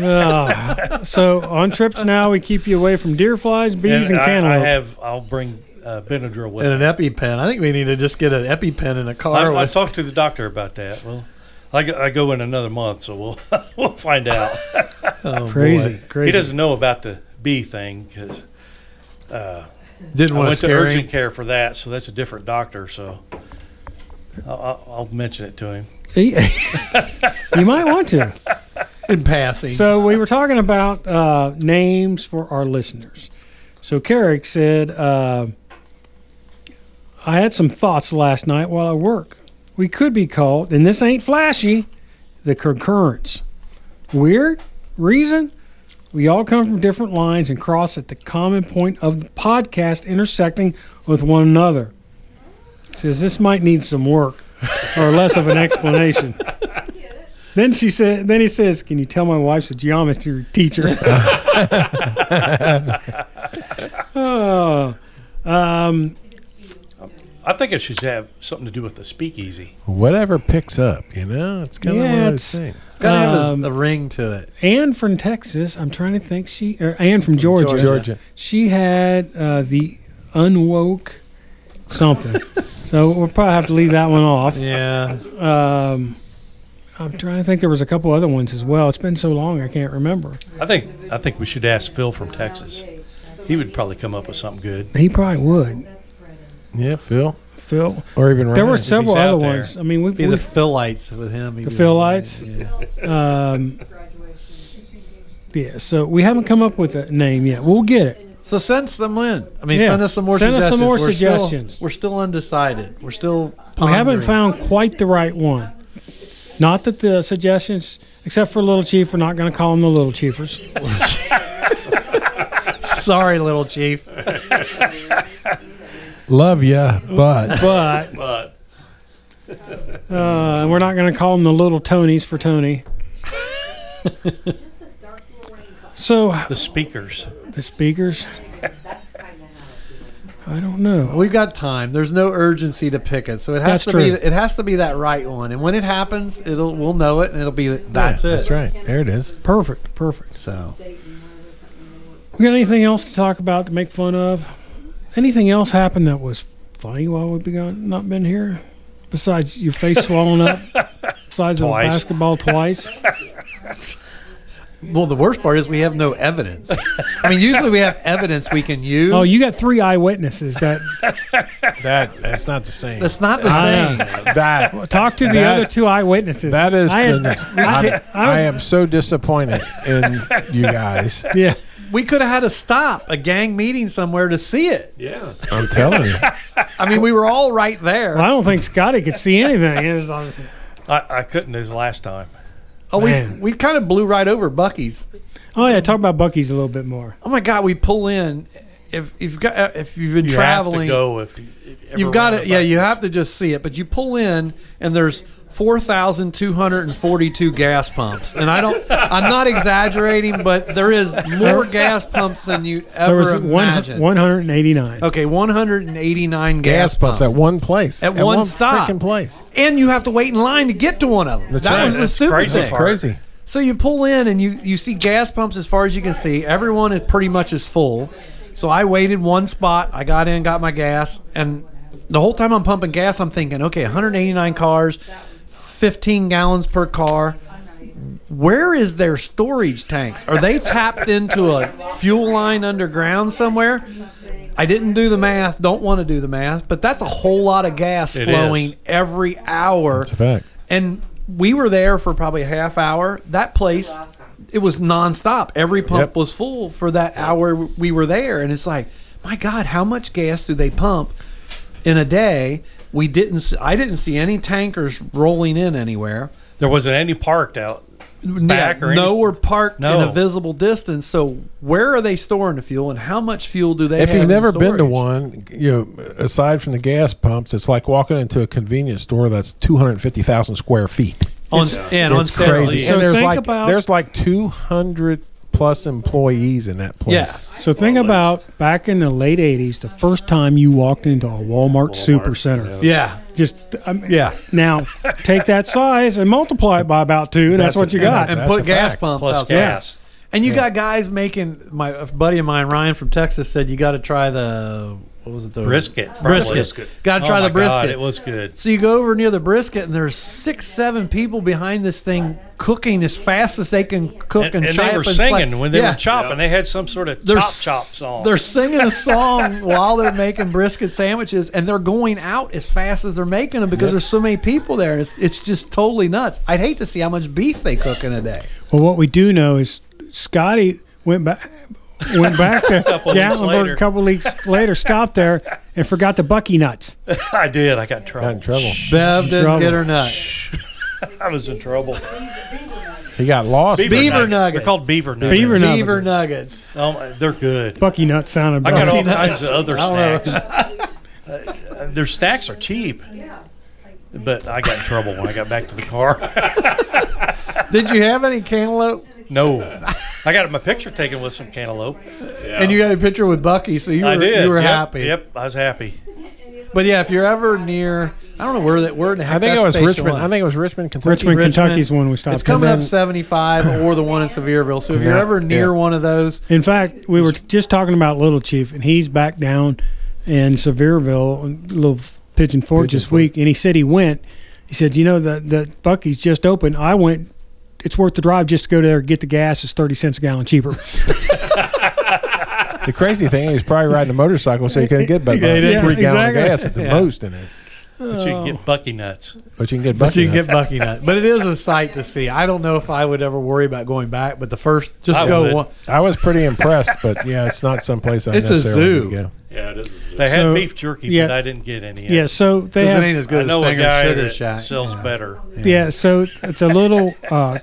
S12: Ah. so
S2: [LAUGHS]
S12: on trips now, we keep you away from deer flies, bees, and,
S2: I, I
S12: cantaloupe.
S2: have. I'll bring uh, Benadryl with
S7: And
S2: me.
S7: an EpiPen. I think we need to just get an EpiPen in a car.
S2: I, I
S7: with-
S2: talked to the doctor about that. Well, I go, I go in another month, so we'll [LAUGHS] we'll find out.
S7: oh,
S12: crazy,
S7: boy.
S2: He
S12: crazy.
S2: doesn't know about the bee thing because
S7: Didn't
S2: I
S7: want to
S2: went to
S7: scare
S2: urgent
S7: him.
S2: care for that, so that's a different doctor. So I'll- I'll, I'll mention it to him.
S12: [LAUGHS] you might want to.
S7: in passing.
S12: So we were talking about uh, names for our listeners. So Carrick said, uh, I had some thoughts last night while I work. We could be called, and this ain't flashy, the concurrence. Weird? Reason? We all come from different lines and cross at the common point of the podcast intersecting with one another. Says this might need some work or less of an explanation. Then she said. Then he says, "Can you tell my wife's a geometry teacher?" [LAUGHS] oh, um,
S2: I think it should have something to do with the speakeasy.
S5: Whatever picks up, you know, it's kind of
S12: Yeah,
S5: one of
S12: it's-
S5: those things.
S7: it's got to have
S12: um,
S7: a, a ring to it.
S12: Anne from Texas. I'm trying to think. She or Anne from Georgia.
S7: Georgia.
S5: Georgia.
S12: She had uh, the unwoke something. so we'll probably have to leave that one off. [LAUGHS]
S7: Yeah.
S12: Um, I'm trying to think. There was a couple other ones as well. It's been so long, I can't remember.
S2: I think I think we should ask Phil from Texas. He would probably come up with something good.
S12: He probably would.
S5: Yeah, Phil,
S12: Phil.
S5: or even Ryan.
S12: There were several
S2: out
S12: other
S2: there.
S12: ones. I mean, we've,
S7: Be the
S12: we've
S7: Philites with him. The
S12: Philites?
S7: Yeah.
S12: um, Yeah, so we haven't come up with a name yet. We'll get it.
S7: So send them in. I mean,
S12: Yeah.
S7: send us some more
S12: Send us
S7: suggestions.
S12: some more
S7: we're still-
S12: suggestions.
S7: we're still undecided. We're still.
S12: We
S7: Pondering.
S12: haven't found quite the right one. Not that the suggestions, except for Little Chief, we're not going to call them the Little Chiefers.
S7: Sorry, little chief.
S5: Love ya, but
S12: But
S2: But
S12: uh, we're not going to call them the Little Tonys for Tony. so
S2: the speakers.
S12: the speakers. I don't know.
S7: We've got time. There's no urgency to pick it, so it has
S12: That's
S7: to
S12: true.
S7: be. It has to be that right one. And when it happens, it'll we'll know it, and it'll be that's it.
S5: that's right. There it is.
S12: Perfect, perfect.
S7: So
S12: We got anything else to talk about to make fun of? Anything else happened that was funny while we've been gone, not been here?
S5: [LAUGHS]
S12: Besides your face swollen up, besides of a
S2: Twice.
S12: basketball twice.
S4: Well, the worst part is we have no evidence. I mean, usually we have evidence we can use.
S12: Oh, you got three eyewitnesses that
S5: That that's not the same.
S4: That's not the
S12: I
S4: same.
S12: know.
S5: that
S12: talk to the
S5: That-
S12: other two eyewitnesses.
S5: that is.
S12: I,
S5: the,
S12: I-
S5: I'm-
S12: I
S5: I
S12: was-
S5: am so disappointed in you guys.
S12: yeah.
S4: We could have had a stop, a gang meeting somewhere to see it.
S5: Yeah, I'm telling [LAUGHS] you.
S4: I mean, we were all right there.
S12: Well, I don't think Scotty could see anything. It was like-
S2: I, I couldn't this last time.
S4: Oh, we
S12: Man.
S4: we kind of blew right over Bucky's.
S12: oh yeah, talk about Bucky's a little bit more.
S4: Oh my God, we pull in. If if you've got uh, if you've been
S2: You have
S4: traveling,
S2: to go if, if ever
S4: you've got
S2: round
S4: it. Yeah,
S2: about
S4: you
S2: this.
S4: have to just see it. But you pull in, and there's four thousand two hundred and forty-two gas pumps. And I don't. I'm not exaggerating, but there is more gas pumps than you
S12: There
S4: ever
S12: was one
S4: imagine.
S12: one hundred and eighty nine.
S4: okay, one hundred and eighty-nine gas,
S5: Gas pumps at one place.
S4: At one
S5: one
S4: stop.
S5: freaking place.
S4: and you have to wait in line to get to one of them.
S5: That's
S4: that
S5: right.
S4: was the
S5: That's
S4: stupid
S2: crazy
S4: thing.
S2: part.
S5: Crazy.
S4: So you pull in and you you see gas pumps as far as you can see. Everyone is pretty much is full. So I waited one spot. I got in, got my gas, and the whole time I'm pumping gas, I'm thinking, okay, 189 cars, 15 gallons per car. Where is their storage tanks? Are they tapped into a fuel line underground somewhere? I didn't do the math. Don't want to do the math, but that's a whole lot of gas
S2: It is.
S4: flowing every hour. That's
S5: a fact.
S4: And we were there for probably a half hour. That place, it was nonstop. Every pump
S5: Yep.
S4: was full for that hour we were there. And it's like, my God, how much gas do they pump in a day? We didn't. s- I didn't see any tankers rolling in anywhere.
S2: There wasn't any parked out.
S4: Yeah,
S2: Back or any-
S4: nowhere parked in
S2: No.
S4: a visible distance. So where are they storing the fuel, and how much fuel do they?
S5: If
S4: have
S5: you've
S4: in
S5: never been to
S4: storage?
S5: one, you know, aside from the gas pumps, it's like walking into a convenience store that's 250,000 square feet.
S4: on, and on
S5: it's
S4: steroids.
S5: crazy.
S12: So
S5: and there's
S12: think
S5: like
S12: about-
S5: there's like 200 plus employees in that place.
S4: Yes.
S12: So think about back in the late '80s, the first time you walked into a Walmart, Super Center.
S4: Yeah,
S12: Just I mean,
S4: yeah.
S12: Now take that size and multiply it by about two, and that's,
S5: That's
S12: what you
S5: a- and
S12: got.
S5: that's-
S4: and
S5: a
S4: put gas
S5: fact.
S4: pumps
S2: Plus
S4: outside.
S2: gas.
S4: And you got guys making. My a buddy of mine, Ryan from Texas, said you got to try the what was it the
S2: Brisket.
S4: Brisket. Got to try
S2: Oh
S4: the
S2: my God,
S4: brisket.
S2: it was good.
S4: So you go over near the brisket, and there's six, seven people behind this thing cooking as fast as they can cook
S2: And,
S4: and,
S2: and
S4: chop.
S2: they were
S4: and slice.
S2: singing when they
S4: Yeah.
S2: were chopping. They had some sort of chop
S4: s-
S2: chop song.
S4: They're singing a song while they're making brisket sandwiches, and they're going out as fast as they're making them because there's so many people there. It's it's just totally nuts. I'd hate to see how much beef they cook in a day.
S12: Well, what we do know is Scotty went back. Went back to
S2: weeks
S12: Gatlinburg
S2: later.
S12: a couple weeks later, stopped there, and forgot the Bucky nuts.
S2: [LAUGHS] I did. I got
S4: [LAUGHS]
S2: in
S5: Got
S2: trouble.
S5: in trouble.
S4: Bev didn't
S12: Trouble.
S4: get her nut.
S2: [LAUGHS] I was in trouble.
S5: He got lost.
S4: Beaver
S2: nugget.
S4: nuggets.
S2: They're called beaver nuggets.
S12: Beaver nuggets.
S4: Beaver nuggets.
S2: Oh, my- they're good.
S12: Bucky nuts sounded
S2: I
S4: Oh,
S2: got
S12: better.
S2: all kinds of other
S4: I don't
S2: snacks. Uh, Their snacks [LAUGHS] are cheap. But I got in trouble when I got back to the car.
S4: Did you have any cantaloupe?
S2: no, I got my picture taken with some cantaloupe.
S4: And you got a picture with Bucky, so you were,
S2: I did.
S4: You were
S2: Yep,
S4: happy.
S2: Yep, I was happy.
S4: But yeah, if you're ever near, I don't know where that where in the heck
S5: I think
S4: that's
S5: it was
S4: station
S5: Richmond.
S4: was.
S5: I think it was Richmond, Kentucky.
S12: Richmond,
S4: Richmond.
S12: Kentucky's one we stopped.
S4: it's coming
S12: at.
S4: up 75 or the one in Sevierville. So if you're
S5: Yeah,
S4: ever near
S5: yeah.
S4: one of those,
S12: In fact, we were just talking about Little Chief, and he's back down in Sevierville, Little Pigeon Forge this week, and he said he went. He said, "You know, the the Bucky's just open. I went. It's worth the drive just to go there and get the gas. It's thirty cents a gallon [LAUGHS] cheaper."
S5: The crazy thing, he was probably riding a motorcycle, so he couldn't get [LAUGHS] but
S12: Yeah,
S5: like three gallons
S12: exactly.
S5: of gas at the most in it.
S2: But you can
S4: Oh.
S2: get Bucky nuts.
S5: But you can get
S4: but you can
S5: buckets.
S4: get Bucky nut. But it is a sight to see. I don't know if I would ever worry about going back. But the first, just
S2: I
S4: go
S2: would.
S4: one.
S5: I was pretty impressed, but yeah, it's not someplace I
S4: It's a
S5: necessarily
S4: zoo.
S5: would go.
S13: Yeah, it is.
S2: They had
S12: So,
S2: beef jerky,
S12: yeah.
S2: but I didn't get any. of it.
S12: yeah, so they
S4: Because
S12: have
S4: it ain't as
S2: I
S4: good as
S2: know a
S4: Stinger
S2: guy
S4: Sugar
S2: that
S4: Shack.
S2: sells better.
S12: Yeah, so it's a little uh,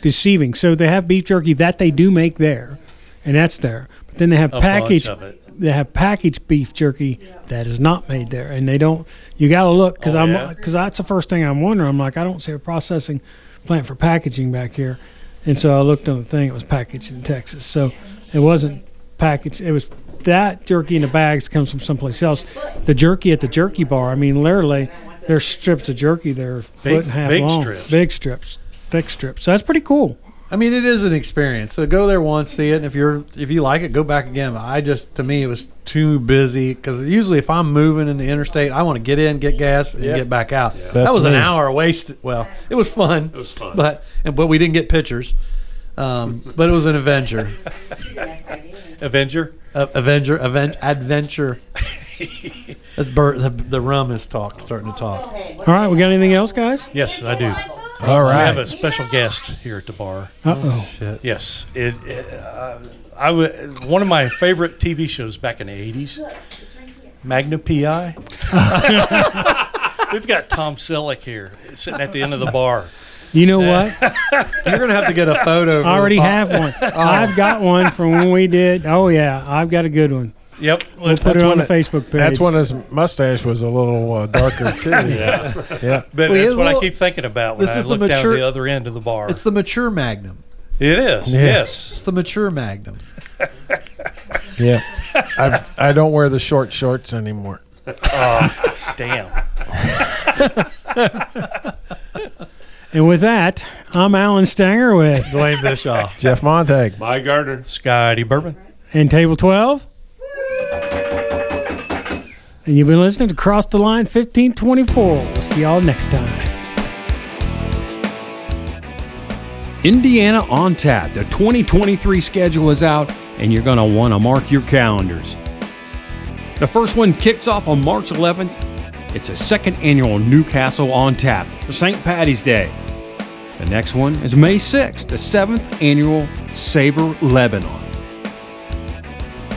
S12: deceiving. So they have beef jerky that they do make there, and that's there. But then they have
S2: bunch
S12: packaged
S2: of it.
S12: they have packaged beef jerky that is not made there, and they don't. You got to look because
S2: Oh, yeah?
S12: I'm because that's the first thing I'm wondering. I'm like, I don't see a processing plant for packaging back here, and so I looked on the thing. It was packaged in Texas, so it wasn't packaged. It was that jerky in the bags comes from someplace else. The jerky at the jerky bar. I mean, literally, there's strips of jerky there,
S2: Big-
S12: foot and a half
S2: big
S12: long,
S2: strips.
S12: big strips, thick strips. So that's pretty cool.
S4: I mean, it is an experience. So go there once, see it, and if you're if you like it, go back again. But I just to me it was too busy because usually if I'm moving in the interstate, I want to get in, get gas, and get back out. That
S5: That's
S4: was an
S5: me.
S4: hour wasted. Well, it was fun. It
S13: was fun.
S4: but and, but we didn't get pictures. Um, but it was an adventure.
S2: Avenger.
S4: Uh, Avenger, aven- adventure. That's Bert. The, the rum is talk starting to talk.
S12: All right, we got anything else, guys?
S2: Yes, I do.
S10: Oh.
S5: All
S2: I
S5: right.
S2: have a special guest here at the bar.
S12: Uh oh.
S2: Yes, it. it uh, I w- one of my favorite TV shows back in the eighties, Magna PI. [LAUGHS] We've got Tom Selleck here sitting at the end of the bar.
S12: You know what?
S4: You're gonna have to get a photo. [LAUGHS]
S12: I already have one. I've got one from when we did. Oh yeah, I've got a good one.
S2: Yep,
S12: We'll put it
S5: That's
S12: on the
S5: when it-
S12: Facebook page.
S5: That's when his mustache was a little uh, darker too. [LAUGHS] yeah. yeah.
S2: but
S4: Well, he
S2: that's
S4: is
S2: what
S4: a
S2: I
S4: little-
S2: keep thinking about when
S4: this
S2: I
S4: is the
S2: look
S4: mature-
S2: down the other end of the bar.
S4: It's the mature Magnum.
S2: It is.
S5: Yeah.
S2: Yes.
S4: It's the mature Magnum.
S5: Yeah. I've, I don't wear the short shorts anymore.
S2: Damn.
S12: and with that, I'm Alan Stanger with
S7: Dwayne Bischoff.
S5: Jeff Montag.
S13: My Gardner.
S2: Scotty Bourbon.
S12: and Table 12. And you've been listening to Cross the Line 1524. We'll see y'all next time.
S3: Indiana on tap. The 2023 schedule is out, and you're going to want to mark your calendars. The first one kicks off on March 11th. It's a second annual Newcastle on tap for St. Patty's Day. The next one is May 6th, the seventh annual Savor Lebanon.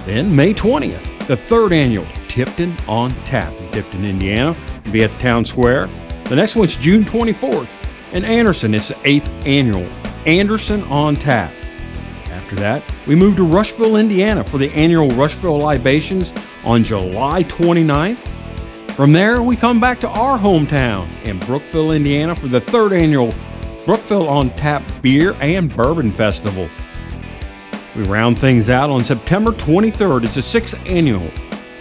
S3: Then May 20th, the third annual Tipton on Tap in Tipton, Indiana. will be at the town square. The next one's June 24th in Anderson. It's the eighth annual Anderson on Tap. After that, we move to Rushville, Indiana for the annual Rushville Libations on July 29th. From there, we come back to our hometown in Brookville, Indiana for the third annual Brookville on Tap Beer and Bourbon Festival. We round things out on September 23rd. It's the sixth annual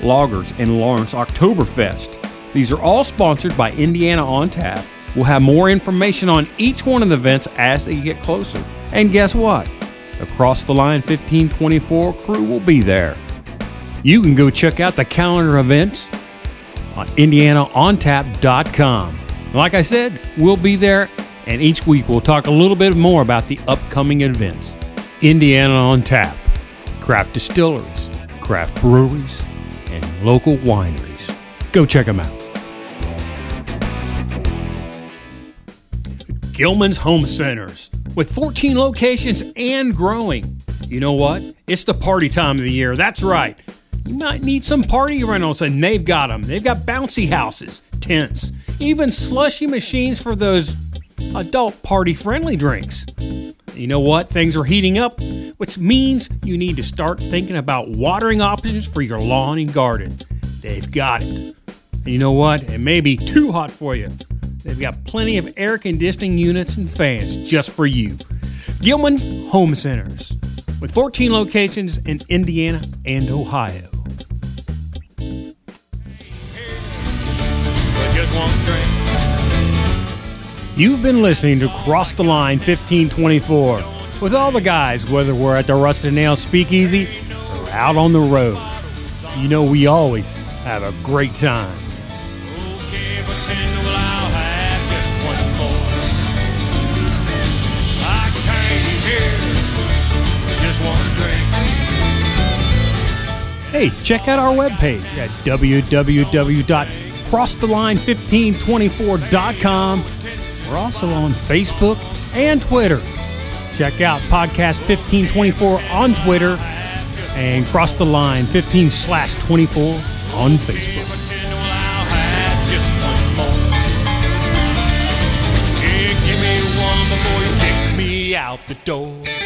S3: Loggers in Lawrence Oktoberfest. These are all sponsored by Indiana on Tap. We'll have more information on each one of the events as they get closer. And guess what? Across the Line 1524 crew will be there. You can go check out the calendar events on indianaontap.com. Like I said, we'll be there, and each week we'll talk a little bit more about the upcoming events. Indiana on Tap, craft distilleries, craft breweries, and local wineries. Go check them out. Gilman's Home Centers, with 14 locations and growing. You know what? It's the party time of the year. That's right. You might need some party rentals, and they've got them. They've got bouncy houses, tents, even slushy machines for those adult party friendly drinks. You know what? Things are heating up, which means you need to start thinking about watering options for your lawn and garden. They've got it. And you know what? It may be too hot for you. They've got plenty of air conditioning units and fans just for you. Gilman Home Centers, with 14 locations in Indiana and Ohio.
S14: But just one drink.
S12: You've been listening to Cross the Line 1524 with all the guys, whether we're at the Rusted Nail Speakeasy or out on the road. You know, we always have a great time.
S14: Okay, bartender, well, I'll have just one more. I came here for just one drink.
S12: Hey, check out our webpage at www.crosstheline1524.com. We're also on Facebook and Twitter. Check out Podcast 1524 on Twitter and Cross the Line 15 slash 24 on Facebook.
S14: Bartender, well, I'll have just one more. Yeah, give me one before you kick me out the door.